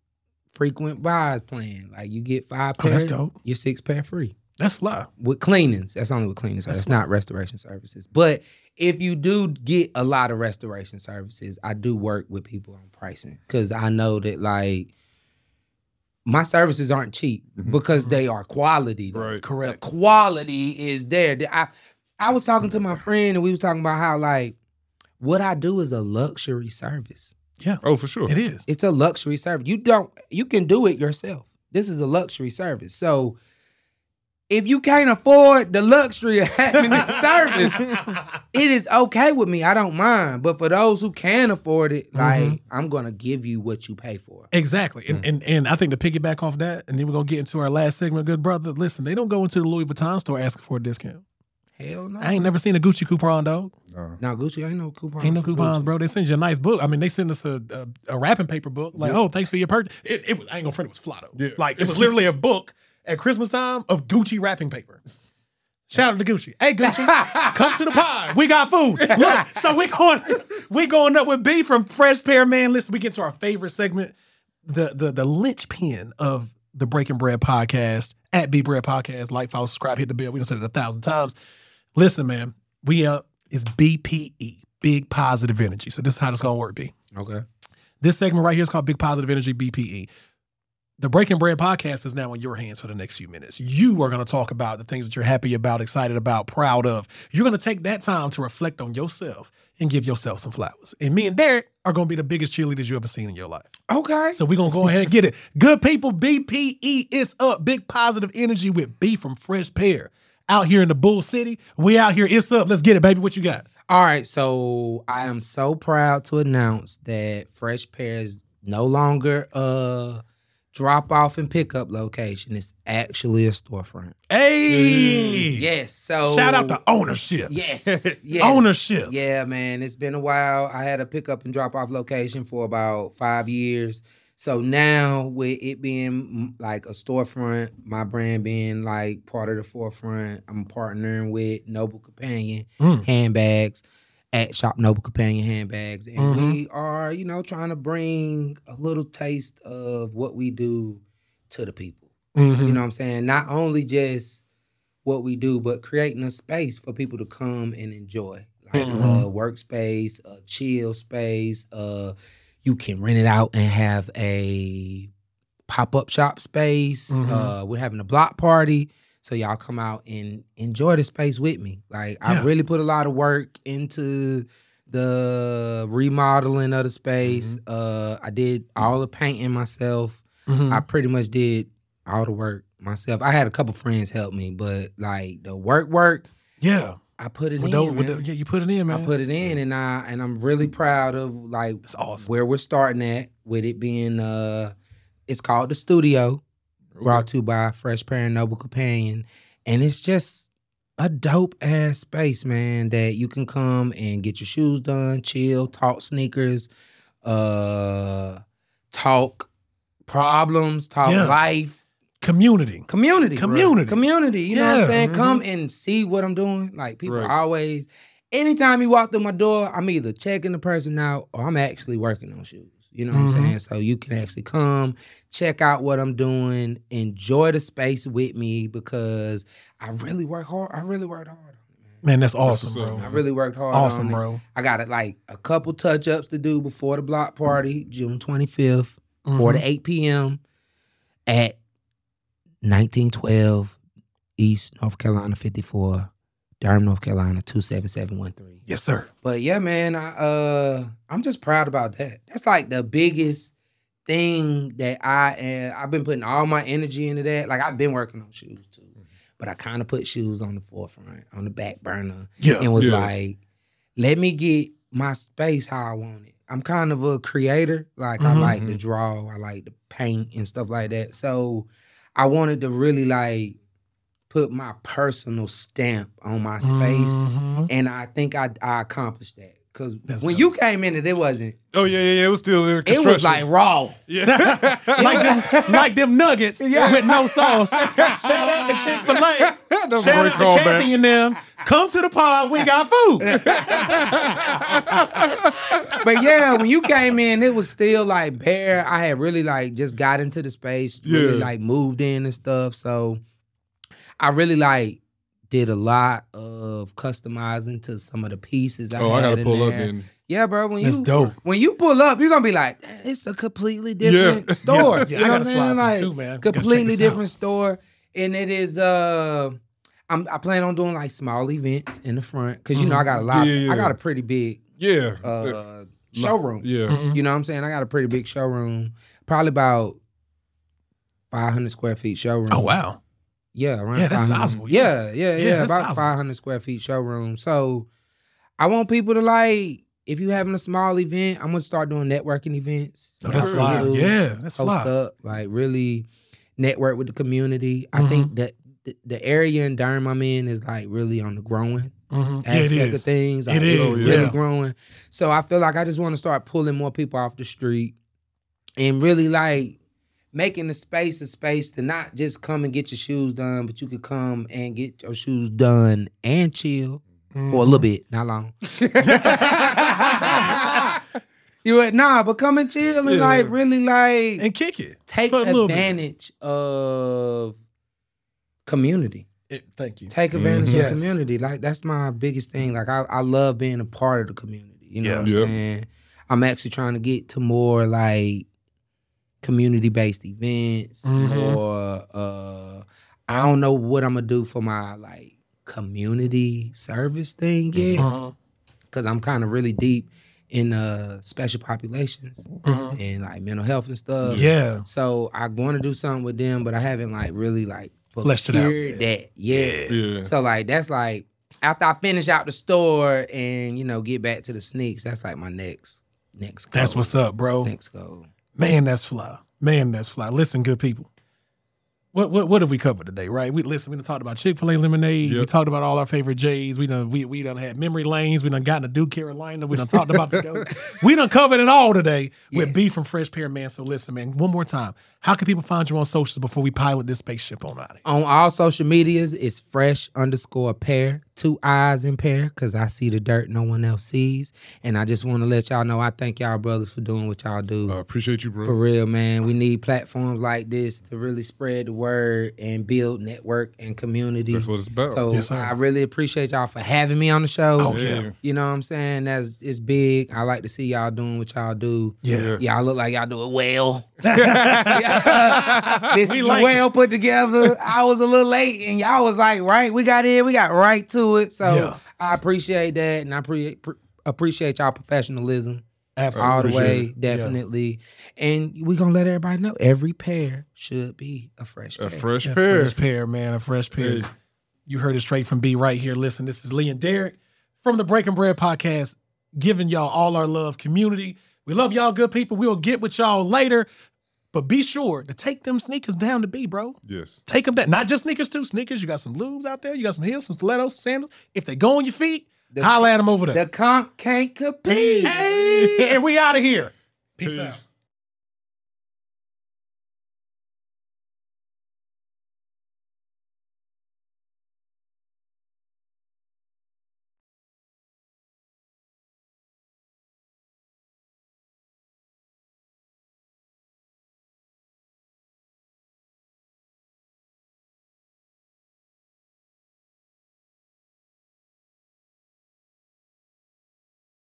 [SPEAKER 3] frequent buys plan. Like you get five
[SPEAKER 4] Oh,
[SPEAKER 3] pairs,
[SPEAKER 4] that's dope.
[SPEAKER 3] your six pair free
[SPEAKER 4] That's fly.
[SPEAKER 3] with cleanings. That's only with cleanings. That's, not restoration services. But if you do get a lot of restoration services, I do work with people on pricing because I know that like my services aren't cheap because they are quality. though.
[SPEAKER 2] Right.
[SPEAKER 4] Correct.
[SPEAKER 3] The quality is there. The- I I was talking to my friend and we was talking about how like what I do is a luxury service.
[SPEAKER 2] Oh, for sure.
[SPEAKER 4] It is.
[SPEAKER 3] It's a luxury service. You don't you can do it yourself. This is a luxury service. So if you can't afford the luxury of having this service, it is okay with me. I don't mind. But for those who can afford it, like
[SPEAKER 4] Mm-hmm.
[SPEAKER 3] I'm gonna give you what you pay for.
[SPEAKER 4] Exactly.
[SPEAKER 3] Mm.
[SPEAKER 4] And, and and I think to piggyback off that, and then we're gonna get into our last segment, good brother. Listen, they don't go into the Louis Vuitton store asking for a discount.
[SPEAKER 3] Hell no.
[SPEAKER 4] I ain't never seen a Gucci coupon, dog.
[SPEAKER 2] No.
[SPEAKER 3] no Gucci ain't no coupons.
[SPEAKER 4] Ain't no
[SPEAKER 3] for
[SPEAKER 4] coupons,
[SPEAKER 3] Gucci.
[SPEAKER 4] bro. They send you a nice book. I mean, they send us a a, a wrapping paper book. Like, oh, thanks for your purchase. It, it was, I ain't gonna front. It was flat.
[SPEAKER 2] Yeah.
[SPEAKER 4] Like it was literally a book at Christmas time of Gucci wrapping paper. Shout out to Gucci. Hey Gucci, come to the pod. We got food. Look, so we going we going up with B from Fresh Pair Man. Listen, we get to our favorite segment, the the the linchpin of the Breaking Bread podcast at B Bread Podcast. Like, follow, subscribe, hit the bell. We done said it a thousand times. Listen, man, we up is BPE, E, big positive energy. So this is how this gonna work, B.
[SPEAKER 3] Okay.
[SPEAKER 4] This segment right here is called Big Positive Energy E. BPE. The Breaking Bread podcast is now in your hands for the next few minutes. You are going to talk about the things that you're happy about, excited about, proud of. You're going to take that time to reflect on yourself and give yourself some flowers. And me and Derek are going to be the biggest cheerleaders you ever seen in your life.
[SPEAKER 3] Okay.
[SPEAKER 4] So we're going to go ahead and get it. Good people, BPE, it's up. Big positive energy with B from Fresh Pear. Out here in the Bull City, we out here. It's up. Let's get it, baby. What you got?
[SPEAKER 3] All right, so I am so proud to announce that Fresh Pear is no longer a drop off and pickup location. It's actually a storefront.
[SPEAKER 4] Hey!
[SPEAKER 3] Yes, so
[SPEAKER 4] Shout out to ownership.
[SPEAKER 3] yes, yes.
[SPEAKER 4] Ownership.
[SPEAKER 3] Yeah, man, it's been a while. I had a pickup and drop off location for about five years. So now, with it being mm, like a storefront, my brand being like part of the forefront, I'm partnering with Noble Companion
[SPEAKER 4] Mm.
[SPEAKER 3] handbags at Shop Noble Companion handbags, and
[SPEAKER 4] Mhm.
[SPEAKER 3] we are, you know, trying to bring a little taste of what we do to the people.
[SPEAKER 4] Mhm.
[SPEAKER 3] You know what I'm saying? Not only just what we do, but creating a space for people to come and enjoy. Like
[SPEAKER 4] Mhm.
[SPEAKER 3] a workspace, a chill space, uh you can rent it out and have a pop-up shop space.
[SPEAKER 4] Mhm.
[SPEAKER 3] Uh we're having a block party. So y'all come out and enjoy the space with me. Like I
[SPEAKER 4] Yeah.
[SPEAKER 3] really put a lot of work into the remodeling of the space. Uh I did all the painting myself.
[SPEAKER 4] Mhm.
[SPEAKER 3] I pretty much did all the work myself. I had a couple friends help me, but like the work, work,
[SPEAKER 4] yeah.
[SPEAKER 3] I put it
[SPEAKER 4] With
[SPEAKER 3] in.
[SPEAKER 4] the- with
[SPEAKER 3] man.
[SPEAKER 4] the- yeah, you put it in, man.
[SPEAKER 3] I put it in, and I and I'm really proud of like
[SPEAKER 4] That's awesome.
[SPEAKER 3] where we're starting at with it being. uh It's called the Studio, brought to you by Fresh Pair and Noble Companion, and it's just a dope ass space, man. That you can come and get your shoes done, chill, talk sneakers, uh, talk problems, talk
[SPEAKER 4] Yeah.
[SPEAKER 3] life
[SPEAKER 4] Community.
[SPEAKER 3] community
[SPEAKER 4] Community.
[SPEAKER 3] community you know what
[SPEAKER 4] Yeah. Mm-hmm.
[SPEAKER 3] i'm saying come and see what i'm doing like people
[SPEAKER 2] Right.
[SPEAKER 3] always anytime you walk through my door i'm either checking the person out or i'm actually working on shoes you know what
[SPEAKER 4] Mhm.
[SPEAKER 3] i'm saying so you can actually come check out what i'm doing enjoy the space with me because i really work hard i really worked hard on it man
[SPEAKER 4] Man, that's awesome,
[SPEAKER 2] what's up.
[SPEAKER 4] bro.
[SPEAKER 3] i really worked hard
[SPEAKER 4] Mm-hmm. awesome,
[SPEAKER 3] on it.
[SPEAKER 4] bro.
[SPEAKER 3] i got it like a couple touch-ups to do before the
[SPEAKER 4] Mm.
[SPEAKER 3] block party june 25th
[SPEAKER 4] Mhm.
[SPEAKER 3] 4 to 8 p.m. at 1912 East North Carolina 54, Durham, North Carolina 27713.
[SPEAKER 4] Yes, sir.
[SPEAKER 3] But yeah, man, I uh I'm just proud about that. That's like the biggest thing that I and I've been putting all my energy into that. Like I've been working on shoes too. But I kind of put shoes on the forefront, on the back burner
[SPEAKER 4] Yeah.
[SPEAKER 3] and was
[SPEAKER 2] Yeah.
[SPEAKER 3] like, let me get my space how I want it. I'm kind of a creator. Like I
[SPEAKER 4] Mhm.
[SPEAKER 3] like to draw, I like to paint and stuff like that. So I wanted to really like put my personal stamp on my space.
[SPEAKER 4] Mhm.
[SPEAKER 3] And I think I, I accomplished that. Cause
[SPEAKER 4] That's
[SPEAKER 3] when
[SPEAKER 4] dope.
[SPEAKER 3] you came in it, it wasn't.
[SPEAKER 2] Oh yeah, yeah, yeah. It was still in
[SPEAKER 3] It
[SPEAKER 2] construction.
[SPEAKER 3] was like raw.
[SPEAKER 2] yeah.
[SPEAKER 4] like them, like them nuggets with no sauce. Shout out to Chick Fil A.
[SPEAKER 2] That was a
[SPEAKER 4] Shout
[SPEAKER 2] great
[SPEAKER 4] out to
[SPEAKER 2] callback.
[SPEAKER 4] Kathy and them. Come to the pod. We got food.
[SPEAKER 3] But yeah, when you came in, it was still like bare. I had really like just got into the space, really
[SPEAKER 2] Yeah.
[SPEAKER 3] like moved in and stuff. So I really like did a lot of customizing to some of the pieces. I
[SPEAKER 2] oh, I
[SPEAKER 3] had
[SPEAKER 2] gotta
[SPEAKER 3] in
[SPEAKER 2] pull up
[SPEAKER 3] there.
[SPEAKER 2] then.
[SPEAKER 3] Yeah, bro. When
[SPEAKER 4] That's
[SPEAKER 3] you
[SPEAKER 4] dope.
[SPEAKER 3] when you pull up, you're gonna be like, "Damn, it's a completely different
[SPEAKER 2] Yeah,
[SPEAKER 3] store.
[SPEAKER 4] yeah,
[SPEAKER 3] you know what
[SPEAKER 4] I gotta
[SPEAKER 3] I'm
[SPEAKER 4] slide
[SPEAKER 3] saying?
[SPEAKER 4] in
[SPEAKER 3] Like
[SPEAKER 4] too, man. Gotta check
[SPEAKER 3] completely
[SPEAKER 4] this
[SPEAKER 3] different store, and it is. uh I'm, I plan on doing like small events in the front because you know I got a lot.
[SPEAKER 2] Mm-hmm. Yeah, yeah,
[SPEAKER 3] I
[SPEAKER 2] yeah.
[SPEAKER 3] got a pretty big
[SPEAKER 2] Yeah. Uh,
[SPEAKER 3] uh, showroom.
[SPEAKER 2] yeah.
[SPEAKER 4] Mm-hmm.
[SPEAKER 3] You know what I'm saying? I got a pretty big showroom, probably about 500 square feet showroom.
[SPEAKER 4] Oh wow.
[SPEAKER 3] Yeah, around
[SPEAKER 4] Yeah, that's
[SPEAKER 3] 500.
[SPEAKER 4] sizable,
[SPEAKER 3] Yeah, yeah, yeah,
[SPEAKER 4] Yeah, that's
[SPEAKER 3] about
[SPEAKER 4] sizable.
[SPEAKER 3] 500 square feet showroom. So I want people to like, if you having a small event, I'm gonna start doing networking events.
[SPEAKER 4] No, Oh, that's
[SPEAKER 3] Y'all
[SPEAKER 4] fly.
[SPEAKER 3] can do-
[SPEAKER 4] Yeah, that's
[SPEAKER 3] post
[SPEAKER 4] fly.
[SPEAKER 3] up, like really network with the community. I
[SPEAKER 4] Mm-hmm.
[SPEAKER 3] think that the, the area in Durham I'm in is like really on the growing
[SPEAKER 4] Mhm. Yeah, it
[SPEAKER 3] aspect of
[SPEAKER 4] is.
[SPEAKER 3] things. Like,
[SPEAKER 4] It
[SPEAKER 3] it's
[SPEAKER 2] is,
[SPEAKER 3] really
[SPEAKER 4] yeah.
[SPEAKER 3] growing. So I feel like I just want to start pulling more people off the street and really like making the space a space to not just come and get your shoes done, but you could come and get your shoes done and chill
[SPEAKER 4] Mm-hmm.
[SPEAKER 3] for a little bit, not long. You would nah, but come and chill and
[SPEAKER 2] Yeah.
[SPEAKER 3] like really like
[SPEAKER 4] and kick it.
[SPEAKER 3] take
[SPEAKER 4] for a little bit.
[SPEAKER 3] advantage of community.
[SPEAKER 4] It- thank you.
[SPEAKER 3] take advantage
[SPEAKER 4] Mhm.
[SPEAKER 3] of
[SPEAKER 4] Yes.
[SPEAKER 3] the community. Like that's my biggest thing. Like I, I love being a part of the community. You know
[SPEAKER 4] Yeah.
[SPEAKER 3] what I'm
[SPEAKER 2] Yeah.
[SPEAKER 3] saying? I'm actually trying to get to more like community based events
[SPEAKER 4] Mhm.
[SPEAKER 3] or uh I don't know what I'm gonna do for my like community service thing yet.
[SPEAKER 4] Uh-huh.
[SPEAKER 3] Cause I'm kind of really deep in uh special populations
[SPEAKER 4] Mhm.
[SPEAKER 3] and like mental health and stuff.
[SPEAKER 4] Yeah.
[SPEAKER 3] So I want to do something with them, but I haven't like really like
[SPEAKER 4] Fleshed it out.
[SPEAKER 3] procured That yeah.
[SPEAKER 2] Yeah.
[SPEAKER 3] So like that's like after I finish out the store and you know get back to the sneaks, that's like my next next. Goal.
[SPEAKER 4] That's what's up, bro.
[SPEAKER 3] next goal.
[SPEAKER 4] Man, that's fly. Man, that's fly. Listen, good people. What what what have we covered today, right? We listen, we done talked about Chick-fil-A lemonade. We
[SPEAKER 2] Yep.
[SPEAKER 4] talked about all our favorite J's. We done we we done had memory lanes. We done gotten to Duke Carolina. We done talked about the goat. We done covered it all today with
[SPEAKER 3] Yeah.
[SPEAKER 4] B from Fresh Pair Man. So listen, man, one more time. How can people find you on socials before we pilot this spaceship on out of here?
[SPEAKER 3] On all social medias, it's fresh underscore pair, two eyes in pair, because I see the dirt no one else sees. And I just want to let y'all know I thank y'all brothers for doing what y'all do.
[SPEAKER 2] I appreciate you, bro.
[SPEAKER 3] For real, man. We need platforms like this to really spread the word and build network and community.
[SPEAKER 2] That's what it's about.
[SPEAKER 3] So
[SPEAKER 4] Yes, sir.
[SPEAKER 3] I really appreciate y'all for having me on the show.
[SPEAKER 4] Oh,
[SPEAKER 2] yeah. yeah.
[SPEAKER 3] You know what I'm saying? That's it's big. I like to see y'all doing what y'all do.
[SPEAKER 4] Yeah.
[SPEAKER 3] Y'all look like y'all do it well. this is well put together. I was a little late, and y'all was like, right, we got in, we got right to it. So
[SPEAKER 4] Yeah.
[SPEAKER 3] I appreciate that, and I pre- pre- appreciate y'all professionalism
[SPEAKER 4] Absolutely.
[SPEAKER 3] all the
[SPEAKER 2] appreciate
[SPEAKER 3] way,
[SPEAKER 2] it.
[SPEAKER 3] definitely. And we gonna let everybody know every pair should be a fresh pair.
[SPEAKER 2] A fresh
[SPEAKER 4] A
[SPEAKER 2] pair.
[SPEAKER 4] fresh pair, man. A fresh pair.
[SPEAKER 2] Hey.
[SPEAKER 4] You heard it straight from B right here. Listen, this is Lee and Derek from the Breaking Bread Podcast, giving y'all all our love community. We love y'all, good people. We'll get with y'all later. But be sure to take them sneakers down to B, bro.
[SPEAKER 2] Yes.
[SPEAKER 4] Take them down. Not just sneakers, too. Sneakers. You got some lubes out there. You got some heels, some stilettos, some sandals. If they go on your feet, holla at them over there.
[SPEAKER 3] the conk can't compete.
[SPEAKER 4] Hey, and we out of here. Peace,
[SPEAKER 2] Peace.
[SPEAKER 4] out.